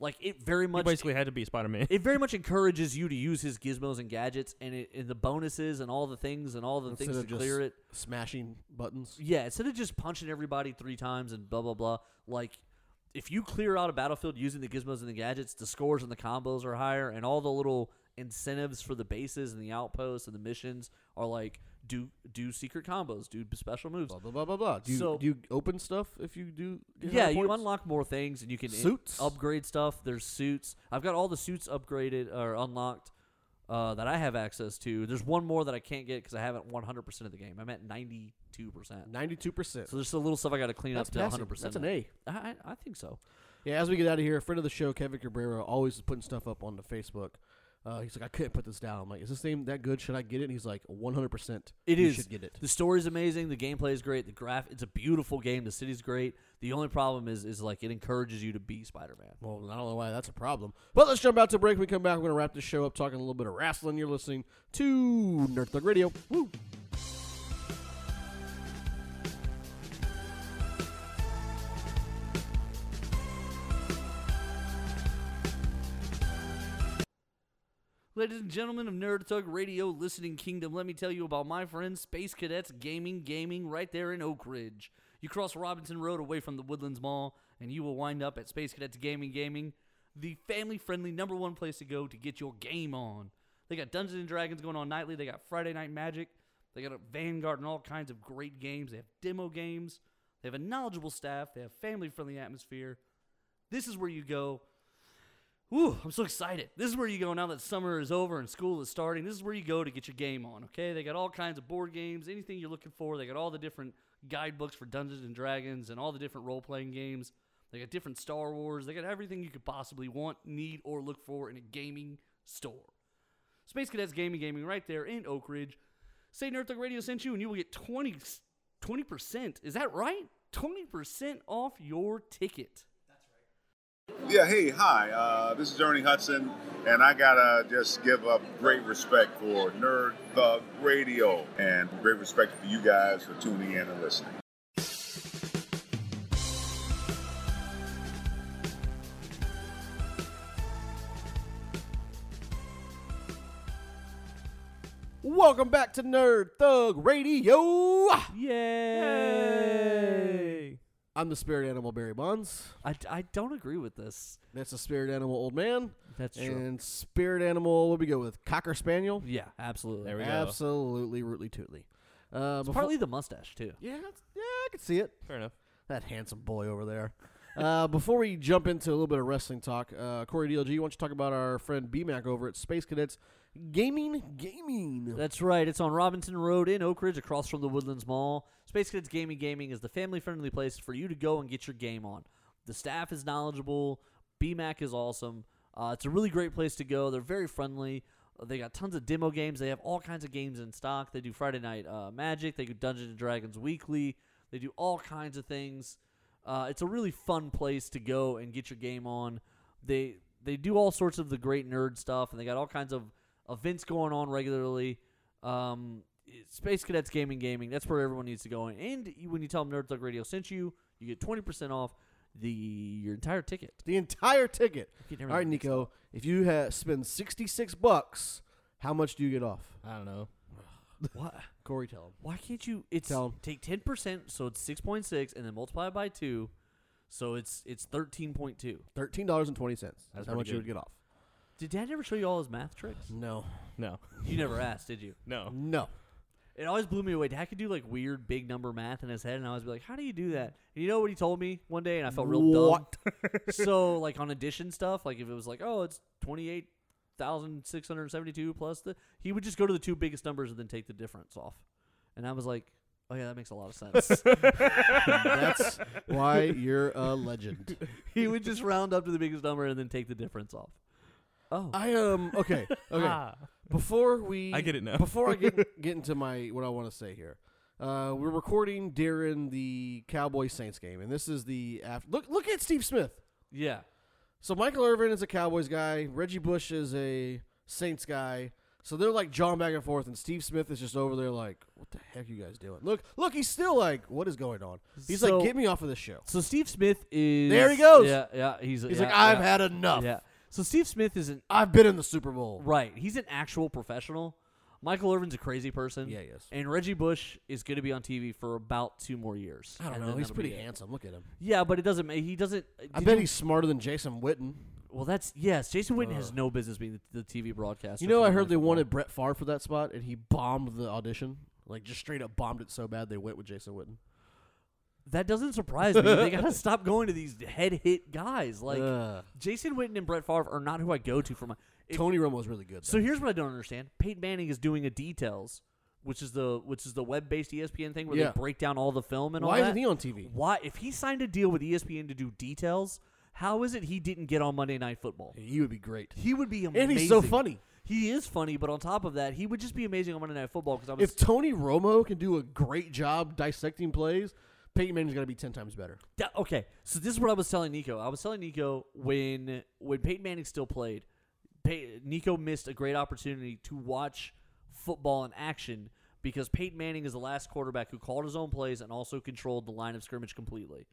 Speaker 2: like it very
Speaker 3: you
Speaker 2: much
Speaker 3: basically had to be Spider Man.
Speaker 2: it very much encourages you to use his gizmos and gadgets and, it, and the bonuses and all the things and all the
Speaker 1: Instead
Speaker 2: things
Speaker 1: of
Speaker 2: to clear it.
Speaker 1: Smashing buttons.
Speaker 2: Yeah, instead of just punching everybody three times and blah blah blah, like if you clear out a battlefield using the gizmos and the gadgets, the scores and the combos are higher, and all the little incentives for the bases and the outposts and the missions are like do do secret combos, do special moves.
Speaker 1: Blah blah blah blah blah. Do you,
Speaker 2: So-
Speaker 1: do you open stuff if you do? get
Speaker 2: Yeah,
Speaker 1: high
Speaker 2: you
Speaker 1: points?
Speaker 2: unlock more things, and you can in-
Speaker 1: Suits?
Speaker 2: upgrade stuff. There's suits. I've got all the suits upgraded or unlocked uh, that I have access to. There's one more that I can't get because I haven't 100 percent of the game. I'm at 92 percent.
Speaker 1: ninety-two percent.
Speaker 2: So there's still little stuff I got to clean
Speaker 1: That's
Speaker 2: up to 100.
Speaker 1: passing.
Speaker 2: percent
Speaker 1: That's an A.
Speaker 2: I, I I think so.
Speaker 1: Yeah, as we get out of here, a friend of the show, Kevin Cabrera, always is putting stuff up on the Facebook. Uh, he's like, I couldn't put this down. I'm like, is this game that good? Should I get it? And he's like, 100%.
Speaker 2: It
Speaker 1: you
Speaker 2: is.
Speaker 1: should get it.
Speaker 2: The story's amazing. The gameplay is great. The graph. It's a beautiful game. The city's great. The only problem is is like it encourages you to be Spider-Man.
Speaker 1: Well, I don't know why that's a problem. But let's jump out to break. When we come back, we're going to wrap this show up talking a little bit of wrestling. You're listening to Nerd Thug Radio. Woo!
Speaker 2: Ladies and gentlemen of Nerd Thug Radio Listening Kingdom, let me tell you about my friends Space Cadets Gaming Gaming right there in Oak Ridge. You cross Robinson Road away from the Woodlands Mall, and you will wind up at Space Cadets Gaming Gaming, the family friendly number one place to go to get your game on. They got Dungeons and Dragons going on nightly, they got Friday Night Magic, they got a Vanguard and all kinds of great games. They have demo games, they have a knowledgeable staff, they have family friendly atmosphere. This is where you go Ooh, I'm so excited. This is where you go now that summer is over and school is starting. This is where you go to get your game on, okay? They got all kinds of board games, anything you're looking for. They got all the different guidebooks for Dungeons and Dragons and all the different role playing games. They got different Star Wars. They got everything you could possibly want, need, or look for in a gaming store. Space Cadets Gaming Gaming right there in Oak Ridge.
Speaker 6: Say Nerd Thug Radio sent you, and you will get 20 percent. Is that right? Twenty percent off your ticket.
Speaker 7: Yeah, hey, hi. Uh, this is Ernie Hudson, and I gotta just give up great respect for Nerd Thug Radio and great respect for you guys for tuning in and listening.
Speaker 1: Welcome back to Nerd Thug Radio.
Speaker 6: Yay!
Speaker 1: I'm the spirit animal Barry Bonds.
Speaker 6: I, I don't agree with this.
Speaker 1: That's a spirit animal old man.
Speaker 6: That's true.
Speaker 1: And spirit animal, what do we go with? Cocker Spaniel?
Speaker 6: Yeah, absolutely.
Speaker 3: There we go.
Speaker 1: Absolutely rootly tootly. Uh,
Speaker 6: It's
Speaker 1: befo-
Speaker 6: partly the mustache too.
Speaker 1: yeah, it's- yeah, I can see it.
Speaker 3: Fair enough.
Speaker 1: That handsome boy over there. Uh, before we jump into a little bit of wrestling talk, uh, Corey DLG, why don't you talk about our friend BMAC over at Space Cadets Gaming Gaming?
Speaker 6: That's right. It's on Robinson Road in Oak Ridge, across from the Woodlands Mall. Space Kids Gaming Gaming is the family friendly place for you to go and get your game on. The staff is knowledgeable. BMAC is awesome. Uh, it's a really great place to go. They're very friendly. Uh, They got tons of demo games. They have all kinds of games in stock. They do Friday Night uh, Magic. They do Dungeons and Dragons Weekly. They do all kinds of things. Uh, it's a really fun place to go and get your game on. They they do all sorts of the great nerd stuff, and they got all kinds of events going on regularly. Um, it- Space Cadets Gaming Gaming, that's where everyone needs to go. And you, when you tell them Nerd Thug Radio sent you, you get 20% off the your entire ticket.
Speaker 1: the entire ticket.
Speaker 6: Get
Speaker 1: All
Speaker 6: everything
Speaker 1: right,
Speaker 6: mixed
Speaker 1: Nico, if you ha- spend 66 bucks, how much do you get off?
Speaker 3: I don't know.
Speaker 6: What?
Speaker 1: Corey, tell him.
Speaker 6: Why can't you? It's
Speaker 1: Tell 'em.
Speaker 6: take 10%, so it's 6.6, and then multiply it by 2, so it's it's 13.2.
Speaker 1: $13.20. That's, how
Speaker 3: pretty
Speaker 1: much you
Speaker 3: good.
Speaker 1: would get off.
Speaker 6: Did Dad ever show you all his math tricks?
Speaker 1: No.
Speaker 3: No.
Speaker 6: You never asked, did you?
Speaker 3: No.
Speaker 1: No.
Speaker 6: It always blew me away. Dad could do like weird big number math in his head, and I always be like, "How do you do that?" And you know what he told me one day, and I felt real dumb. so like on addition stuff, like if it was like, "Oh, it's twenty eight thousand six hundred seventy two plus the," he would just go to the two biggest numbers and then take the difference off, and I was like, "Oh yeah, that makes a lot of sense."
Speaker 1: That's why you're a legend.
Speaker 6: he would just round up to the biggest number and then take the difference off. Oh,
Speaker 1: I um okay okay. Before we,
Speaker 3: I get it now.
Speaker 1: Before I get get into my what I want to say here, uh, we're recording during the Cowboy Saints game, and this is the after. Look look at Steve Smith.
Speaker 6: yeah,
Speaker 1: So Michael Irvin is a Cowboys guy. Reggie Bush is a Saints guy. So they're like jawing back and forth, and Steve Smith is just over there like, "What the heck you guys doing?" Look, look, he's still like, "What is going on?" He's
Speaker 6: So-
Speaker 1: like, "Get me off of this show."
Speaker 6: So Steve Smith is
Speaker 1: There he goes.
Speaker 6: Yeah, yeah. He's
Speaker 1: He's
Speaker 6: yeah,
Speaker 1: like, "I've
Speaker 6: yeah,
Speaker 1: had enough.
Speaker 6: Yeah. So Steve Smith is an
Speaker 1: I've been in the Super Bowl."
Speaker 6: Right. He's an actual professional. Michael Irvin's a crazy person.
Speaker 1: Yeah, he is.
Speaker 6: And Reggie Bush is going to be on TV for about two more years.
Speaker 1: I don't
Speaker 6: and
Speaker 1: know.
Speaker 6: then
Speaker 1: He's
Speaker 6: that'll be
Speaker 1: pretty
Speaker 6: it.
Speaker 1: handsome. Look at him.
Speaker 6: Yeah, but it doesn't. ma- He doesn't.
Speaker 1: I
Speaker 6: did
Speaker 1: bet
Speaker 6: you-
Speaker 1: he's smarter than Jason Witten.
Speaker 6: Well, that's yes. Jason Witten has no business being the, the TV broadcaster.
Speaker 1: You know,
Speaker 6: for
Speaker 1: I
Speaker 6: the
Speaker 1: heard they
Speaker 6: National
Speaker 1: wanted Brett Favre for that spot, and he bombed the audition. Like, just straight up bombed it so bad they went with Jason Witten.
Speaker 6: Bowl. That doesn't surprise me. they got to stop going to these head hit guys. Like
Speaker 1: Ugh.
Speaker 6: Jason Witten and Brett Favre are not who I go to for my. if-
Speaker 1: Tony Romo's really good.
Speaker 6: So
Speaker 1: though.
Speaker 6: here's what I don't understand. Peyton Manning is doing a details, which is the which is the E web based ESPN thing where
Speaker 1: Yeah.
Speaker 6: they break down all the film and all
Speaker 1: why
Speaker 6: that.
Speaker 1: isn't he on TV?
Speaker 6: Why, if he signed a deal with E ESPN to do details, how is it he didn't get on Monday Night Football?
Speaker 1: He would be great.
Speaker 6: He would be amazing.
Speaker 1: And he's so funny.
Speaker 6: He is funny, but on top of that, he would just be amazing on Monday Night Football because I was
Speaker 1: If Tony Romo can do a great job dissecting plays, Peyton Manning's going to be ten times better.
Speaker 6: That- okay. So this is what I was telling Nico. I was telling Nico when when Peyton Manning still played, Pey- Nico missed a great opportunity to watch football in action because Peyton Manning is the last quarterback who called his own plays and also controlled the line of scrimmage completely.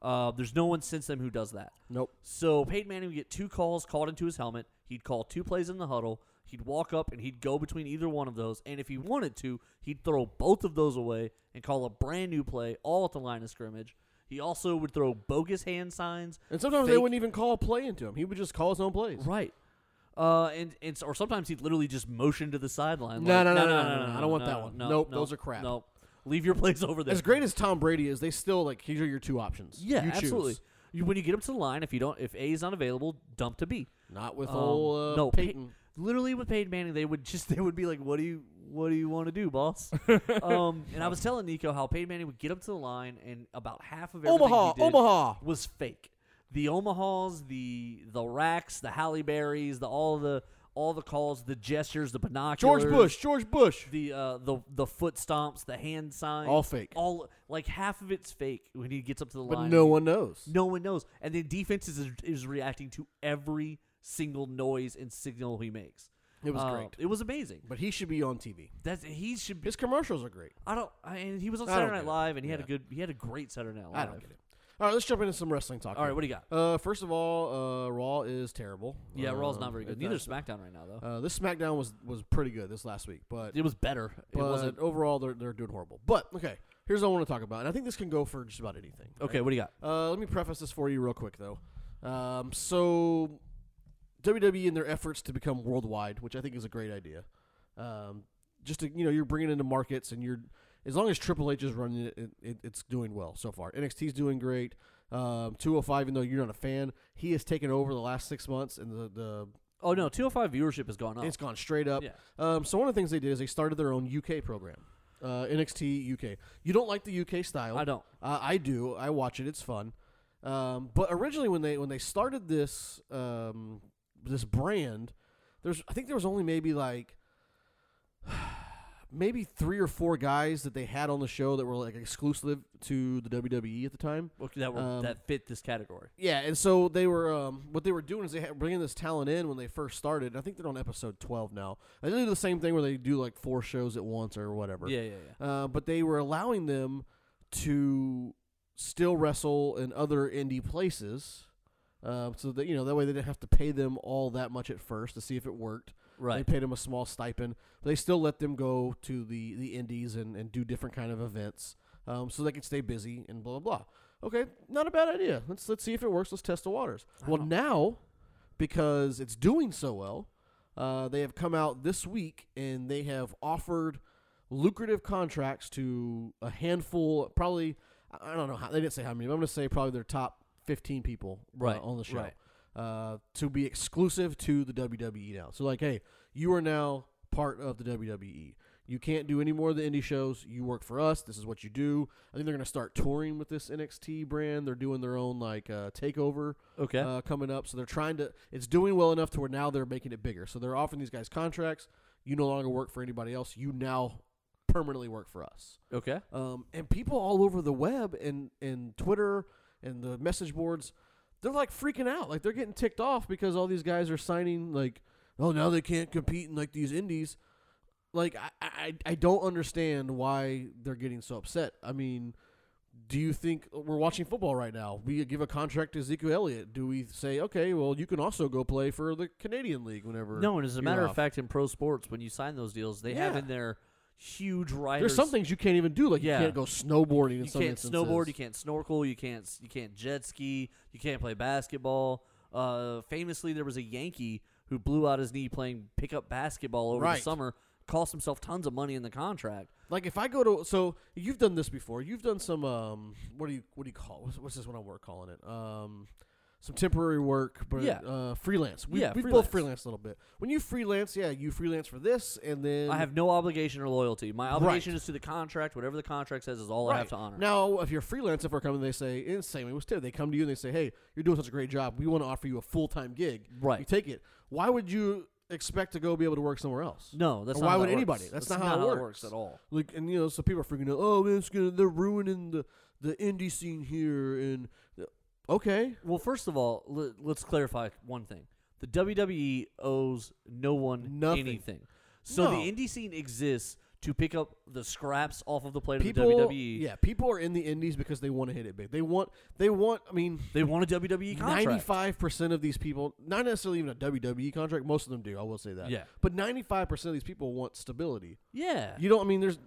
Speaker 6: Uh, there's no one since then who does that.
Speaker 1: Nope.
Speaker 6: So Peyton Manning would get two calls called into his helmet. He'd call two plays in the huddle. He'd walk up and he'd go between either one of those. And if he wanted to, he'd throw both of those away and call a brand new play all at the line of scrimmage. He also would throw bogus hand signs.
Speaker 1: And sometimes they
Speaker 6: fake-
Speaker 1: wouldn't even call a play into him. He would just call his own plays.
Speaker 6: Right. Uh, and, and or sometimes he'd literally just motion to the sideline.
Speaker 1: No,
Speaker 6: like,
Speaker 1: no, no,
Speaker 6: no,
Speaker 1: no, no, no, I don't want that one.
Speaker 6: No,
Speaker 1: Nope,
Speaker 6: no,
Speaker 1: those are crap."
Speaker 6: Nope. Leave your plays over there.
Speaker 1: As great as Tom Brady is, they still like here are your two options.
Speaker 6: yeah,
Speaker 1: you choose.
Speaker 6: absolutely. You, when you get up to the line, if you don't, if A is not available, dump to B.
Speaker 1: Not with
Speaker 6: Um,
Speaker 1: old uh,
Speaker 6: no, Pey-
Speaker 1: Peyton.
Speaker 6: literally with Peyton Manning, they would just they would be like, "What do you what do you want to do, boss?" um, and I was telling Nico how Peyton Manning would get up to the line, and about half of everything
Speaker 1: Omaha,
Speaker 6: he did
Speaker 1: Omaha.
Speaker 6: was fake. The Omahas, the the Racks, the Halle Berrys, the all the all the calls, the gestures, the binoculars.
Speaker 1: George Bush, George Bush.
Speaker 6: The uh, the the foot stomps, the hand signs,
Speaker 1: All fake.
Speaker 6: All like half of it's fake when he gets up to the
Speaker 1: But
Speaker 6: line.
Speaker 1: no one knows.
Speaker 6: no one knows, and the defense is is reacting to every single noise and signal he makes.
Speaker 1: It was
Speaker 6: Uh,
Speaker 1: great.
Speaker 6: It was amazing.
Speaker 1: But he should be on TV.
Speaker 6: That's he should be.
Speaker 1: His commercials are great.
Speaker 6: I don't. I, and he was on
Speaker 1: I don't
Speaker 6: Saturday
Speaker 1: get
Speaker 6: Night
Speaker 1: it.
Speaker 6: Live, and he had a
Speaker 1: Yeah.
Speaker 6: good. He had a great Saturday Night Live.
Speaker 1: I don't get it. All right, let's jump into some wrestling talk.
Speaker 6: All right,
Speaker 1: here.
Speaker 6: what do you got?
Speaker 1: Uh, first of all, uh, Raw is terrible.
Speaker 6: Yeah,
Speaker 1: uh,
Speaker 6: Raw's not very good.
Speaker 1: it's
Speaker 6: Neither
Speaker 1: not-
Speaker 6: is SmackDown right now, though.
Speaker 1: Uh, this SmackDown was was pretty good this last week, but
Speaker 6: it was better. It
Speaker 1: but
Speaker 6: wasn't.
Speaker 1: overall they're they're doing horrible. But okay, here's what I want to talk about, and I think this can go for just about anything.
Speaker 6: Okay, what do you got?
Speaker 1: Uh, let me preface this for you real quick though. Um, so WWE in their efforts to become worldwide, which I think is a great idea. Um, just to, you know, you're bringing into markets, and you're as long as Triple H is running it, it, it it's doing well so far. NXT's doing great. Um, 205, even though you're not a fan, he has taken over the last six months, and the, the
Speaker 6: Oh no, 205 viewership has gone up.
Speaker 1: it's gone straight up.
Speaker 6: Oh. Yeah.
Speaker 1: Um, so one of the things they did is they started their own UK program, uh, NXT UK. You don't like the UK style?
Speaker 6: I don't.
Speaker 1: Uh, I do. I watch it. It's fun. Um, but originally, when they when they started this um, this brand, there's I think there was only maybe like maybe three or four guys that they had on the show that were like exclusive to the WWE at the time.
Speaker 6: Okay, that were,
Speaker 1: Um,
Speaker 6: that fit this category.
Speaker 1: Yeah, and so they were um, what they were doing is they had bringing this talent in when they first started. and I think they're on episode twelve now. They do the same thing where they do like four shows at once or whatever.
Speaker 6: Yeah, yeah, yeah.
Speaker 1: Uh, but they were allowing them to still wrestle in other indie places, uh, so that you know that way they didn't have to pay them all that much at first to see if it worked.
Speaker 6: Right.
Speaker 1: They paid them a small stipend. But they still let them go to the, the indies and, and do different kind of events um, so they can stay busy and blah, blah, blah. Okay, not a bad idea. Let's, let's see if it works. Let's test the waters. Well, now, because it's doing so well, uh, they have come out this week and they have offered lucrative contracts to a handful, probably, I I don't know how, they didn't say how many, but I'm going to say probably their top 15 people uh,
Speaker 6: Right,
Speaker 1: on the show
Speaker 6: right.
Speaker 1: uh, to be exclusive to the WWE now. So like, hey, you are now part of the WWE. You can't do any more of the indie shows. You work for us. This is what you do. I think they're gonna start touring with this NXT brand. They're doing their own like uh, takeover
Speaker 6: Okay.
Speaker 1: uh, coming up. So they're trying to. It's doing well enough to where now they're making it bigger. So they're offering these guys contracts. You no longer work for anybody else. You now permanently work for us
Speaker 6: okay.
Speaker 1: um, and people all over the web and and Twitter and the message boards, they're like freaking out, like they're getting ticked off because all these guys are signing like, oh now they can't compete in like these indies. Like I I, I don't understand why they're getting so upset. I mean. Do you think uh, we're watching football right now? We give a contract to Ezekiel Elliott. Do we say, okay, well, you can also go play for the Canadian League whenever?
Speaker 6: No, and as a
Speaker 1: you're
Speaker 6: matter of
Speaker 1: off?
Speaker 6: fact, in pro sports, when you sign those deals, they have
Speaker 1: Yeah.
Speaker 6: in there huge riders.
Speaker 1: there's some things you can't even do. Like
Speaker 6: Yeah.
Speaker 1: you can't go snowboarding. In
Speaker 6: you
Speaker 1: some
Speaker 6: can't
Speaker 1: instances.
Speaker 6: snowboard, you can't snorkel, you can't you can't jet ski, you can't play basketball. Uh, famously, there was a Yankee who blew out his knee playing pickup basketball over the
Speaker 1: Right.
Speaker 6: summer, cost himself tons of money in the contract.
Speaker 1: Like if I go to so you've done this before. You've done some um what do you what do you call what's, what's this one I work calling it um some temporary work but
Speaker 6: Yeah.
Speaker 1: uh, freelance. We
Speaker 6: Yeah,
Speaker 1: we
Speaker 6: freelance.
Speaker 1: both freelance a little bit. When you freelance, yeah, you freelance for this and then
Speaker 6: I have no obligation or loyalty. My obligation is to the contract. Whatever the contract says is all I have to honor.
Speaker 1: Now, if you're freelance, if we're coming, they say, and same way with Tim, they come to you and they say, hey, you're doing such a great job. We want to offer you a full time gig.
Speaker 6: Right.
Speaker 1: You take it. Why would you expect to go be able to work somewhere else?
Speaker 6: No, that's
Speaker 1: Or
Speaker 6: not
Speaker 1: why
Speaker 6: how
Speaker 1: would
Speaker 6: it
Speaker 1: anybody?
Speaker 6: works.
Speaker 1: That's,
Speaker 6: That's
Speaker 1: not, how,
Speaker 6: not
Speaker 1: it
Speaker 6: how it
Speaker 1: works.
Speaker 6: works at all.
Speaker 1: Like, and you know, so people are freaking out. Oh, man, it's gonna they're ruining the the indie scene here. And uh, okay,
Speaker 6: Well, first of all, l- let's clarify one thing. The WWE owes no one
Speaker 1: Nothing.
Speaker 6: anything. So the
Speaker 1: No.
Speaker 6: indie scene exists to pick up the scraps off of the E. plate
Speaker 1: people,
Speaker 6: of the WWE.
Speaker 1: yeah, people are in the indies because they want to hit it big. They want, they want. I mean,
Speaker 6: They want a WWE contract.
Speaker 1: Ninety-five percent of these people, not necessarily even a WWE contract. Most of them do. I will say that.
Speaker 6: Yeah.
Speaker 1: But ninety-five percent of these people want stability.
Speaker 6: Yeah.
Speaker 1: You don't. I mean, there's.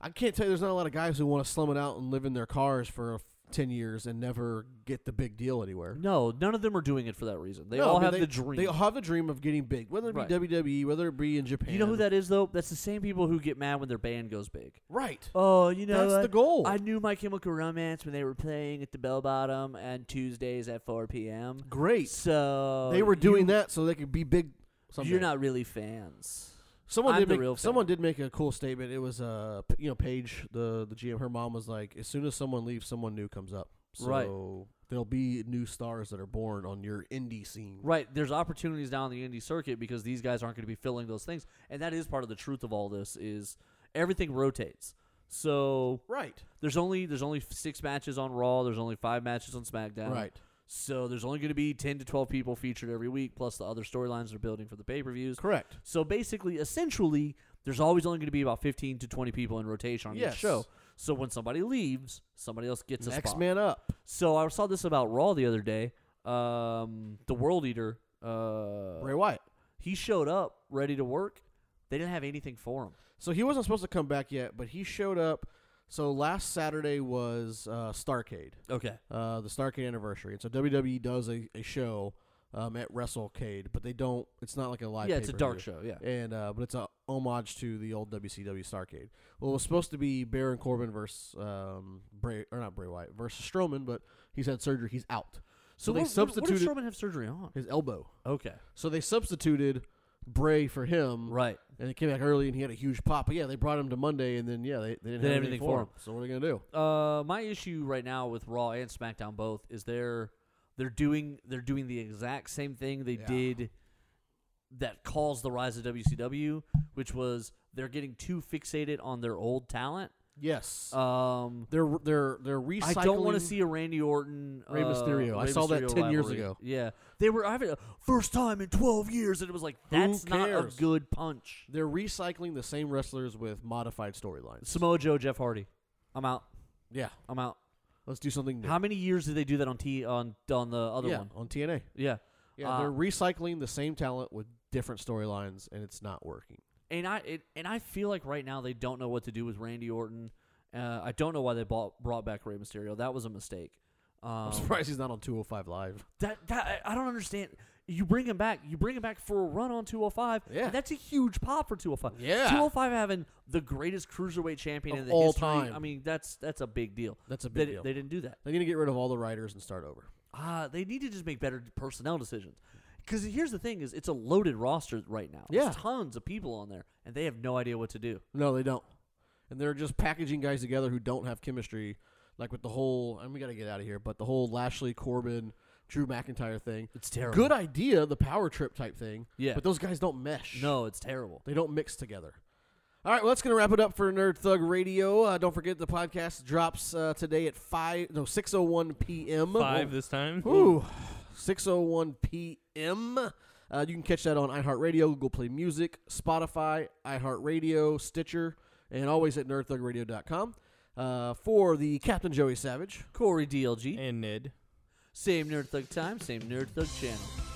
Speaker 1: I can't tell you. There's not a lot of guys who want to slum it out and live in their cars for f- ten years and never get the big deal anywhere.
Speaker 6: no, none of them are doing it for that reason. They
Speaker 1: No,
Speaker 6: all
Speaker 1: I mean,
Speaker 6: have
Speaker 1: they,
Speaker 6: the dream.
Speaker 1: They all have the dream of getting big, whether it be
Speaker 6: Right.
Speaker 1: WWE, whether it be in Japan.
Speaker 6: you know who that is though? That's the same people who get mad when their band goes big.
Speaker 1: Right.
Speaker 6: Oh, you know
Speaker 1: That's
Speaker 6: I-
Speaker 1: the goal.
Speaker 6: I knew My Chemical Romance when they were playing at the Bell Bottom and Tuesdays at 4 p.m.
Speaker 1: Great.
Speaker 6: So
Speaker 1: they were doing
Speaker 6: Oh, you-
Speaker 1: that so they could be big. Someday.
Speaker 6: You're not really fans.
Speaker 1: Someone
Speaker 6: I'm
Speaker 1: did
Speaker 6: the
Speaker 1: make,
Speaker 6: real fan.
Speaker 1: someone did make a cool statement. It was uh p- you know Paige the the GM. Her mom was like, as soon as someone leaves, someone new comes up. So
Speaker 6: Right.
Speaker 1: there'll be new stars that are born on your indie scene.
Speaker 6: Right. There's opportunities down the indie circuit because these guys aren't going to be filling those things, and that is part of the truth of all this is everything rotates. So
Speaker 1: Right.
Speaker 6: there's only there's only six matches on Raw. There's only five matches on SmackDown.
Speaker 1: Right.
Speaker 6: So there's only going to be ten to twelve people featured every week, plus the other storylines they're building for the pay per views.
Speaker 1: Correct.
Speaker 6: So basically, essentially, there's always only going to be about fifteen to twenty people in rotation on
Speaker 1: Yes.
Speaker 6: each show. So when somebody leaves, somebody else gets a
Speaker 1: Next
Speaker 6: spot.
Speaker 1: man up.
Speaker 6: So I saw this about Raw the other day. Um, the World Eater, uh,
Speaker 1: Bray Wyatt.
Speaker 6: he showed up ready to work. They didn't have anything for him.
Speaker 1: So he wasn't supposed to come back yet, but he showed up. So last Saturday was uh, Starcade,
Speaker 6: Okay.
Speaker 1: uh, the Starcade anniversary. And so WWE does a, a show um, at WrestleCade, but they don't. It's not like a live.
Speaker 6: yeah, it's a dark
Speaker 1: pay-per-view.
Speaker 6: show. Yeah.
Speaker 1: and uh, but it's a homage to the old WCW Starcade. Well, it was supposed to be Baron Corbin versus um, Bray or not Bray Wyatt versus Strowman, but he's had surgery. He's out. So they
Speaker 6: what, what-
Speaker 1: substituted
Speaker 6: What does Strowman have surgery on?
Speaker 1: his elbow.
Speaker 6: Okay.
Speaker 1: So they substituted Bray for him,
Speaker 6: Right.
Speaker 1: and it came back early, and he had a huge pop. But yeah, they brought him to Monday, and then yeah, they, they didn't have anything, for him. So what are they gonna do?
Speaker 6: Uh, my issue right now with Raw and SmackDown both is they're they're doing they're doing the exact same thing they did that caused the rise of WCW, which was they're getting too fixated on their old talent.
Speaker 1: Yes,
Speaker 6: Um,
Speaker 1: they're they're they're recycling.
Speaker 6: I don't want to see a Randy Orton
Speaker 1: Rey
Speaker 6: uh,
Speaker 1: Mysterio. I
Speaker 6: Rey
Speaker 1: saw that
Speaker 6: Mysterio
Speaker 1: 10 years
Speaker 6: rivalry.
Speaker 1: ago.
Speaker 6: Yeah, they were having a first time in twelve years, and it was like
Speaker 1: Who
Speaker 6: that's not a
Speaker 1: cares?
Speaker 6: good punch.
Speaker 1: They're recycling the same wrestlers with modified storylines.
Speaker 6: Samoa Joe, Jeff Hardy, I'm out.
Speaker 1: Yeah,
Speaker 6: I'm out.
Speaker 1: let's do something new.
Speaker 6: How many years did they do that on T on on the other
Speaker 1: yeah,
Speaker 6: one?
Speaker 1: on TNA.
Speaker 6: Yeah,
Speaker 1: Yeah,
Speaker 6: Uh,
Speaker 1: they're recycling the same talent with different storylines, and it's not working.
Speaker 6: and I it, and I feel like right now they don't know what to do with Randy Orton. Uh, I don't know why they bought, brought back Rey Mysterio. That was a mistake. Um,
Speaker 1: I'm surprised he's not on 205 Live.
Speaker 6: That that I I don't understand. You bring him back. You bring him back for a run on 205.
Speaker 1: Yeah.
Speaker 6: and that's a huge pop for 205.
Speaker 1: Yeah.
Speaker 6: 205 having the greatest cruiserweight champion
Speaker 1: Of
Speaker 6: in the
Speaker 1: all
Speaker 6: history.
Speaker 1: time.
Speaker 6: I mean, that's that's a big deal.
Speaker 1: That's a
Speaker 6: they,
Speaker 1: big
Speaker 6: di-
Speaker 1: deal.
Speaker 6: They didn't do that.
Speaker 1: They're gonna get rid of all the writers and start over.
Speaker 6: Ah, they need to just make better personnel decisions. Because here's the thing: is it's a loaded roster right now.
Speaker 1: Yeah.
Speaker 6: There's tons of people on there, and they have no idea what to do.
Speaker 1: No, they don't. And they're just packaging guys together who don't have chemistry, like with the whole. And we gotta get out of here, but the whole Lashley Corbin, Drew McIntyre thing.
Speaker 6: It's terrible.
Speaker 1: Good idea, the power trip type thing.
Speaker 6: Yeah.
Speaker 1: But those guys don't mesh.
Speaker 6: No, it's terrible.
Speaker 1: They don't mix together. All right, well, that's going to wrap it up for Nerd Thug Radio. Uh, don't forget the podcast drops uh, today at five, no, six oh one p.m.
Speaker 3: Five this time.
Speaker 1: Ooh, 6:01 p.m. Uh, you can catch that on iHeartRadio, Google Play Music, Spotify, iHeartRadio, Stitcher, and always at nerdthugradio.com. Uh, for the Captain Joey Savage,
Speaker 6: Corey DLG.
Speaker 3: And Ned.
Speaker 6: Same Nerd Thug time, same Nerd Thug channel.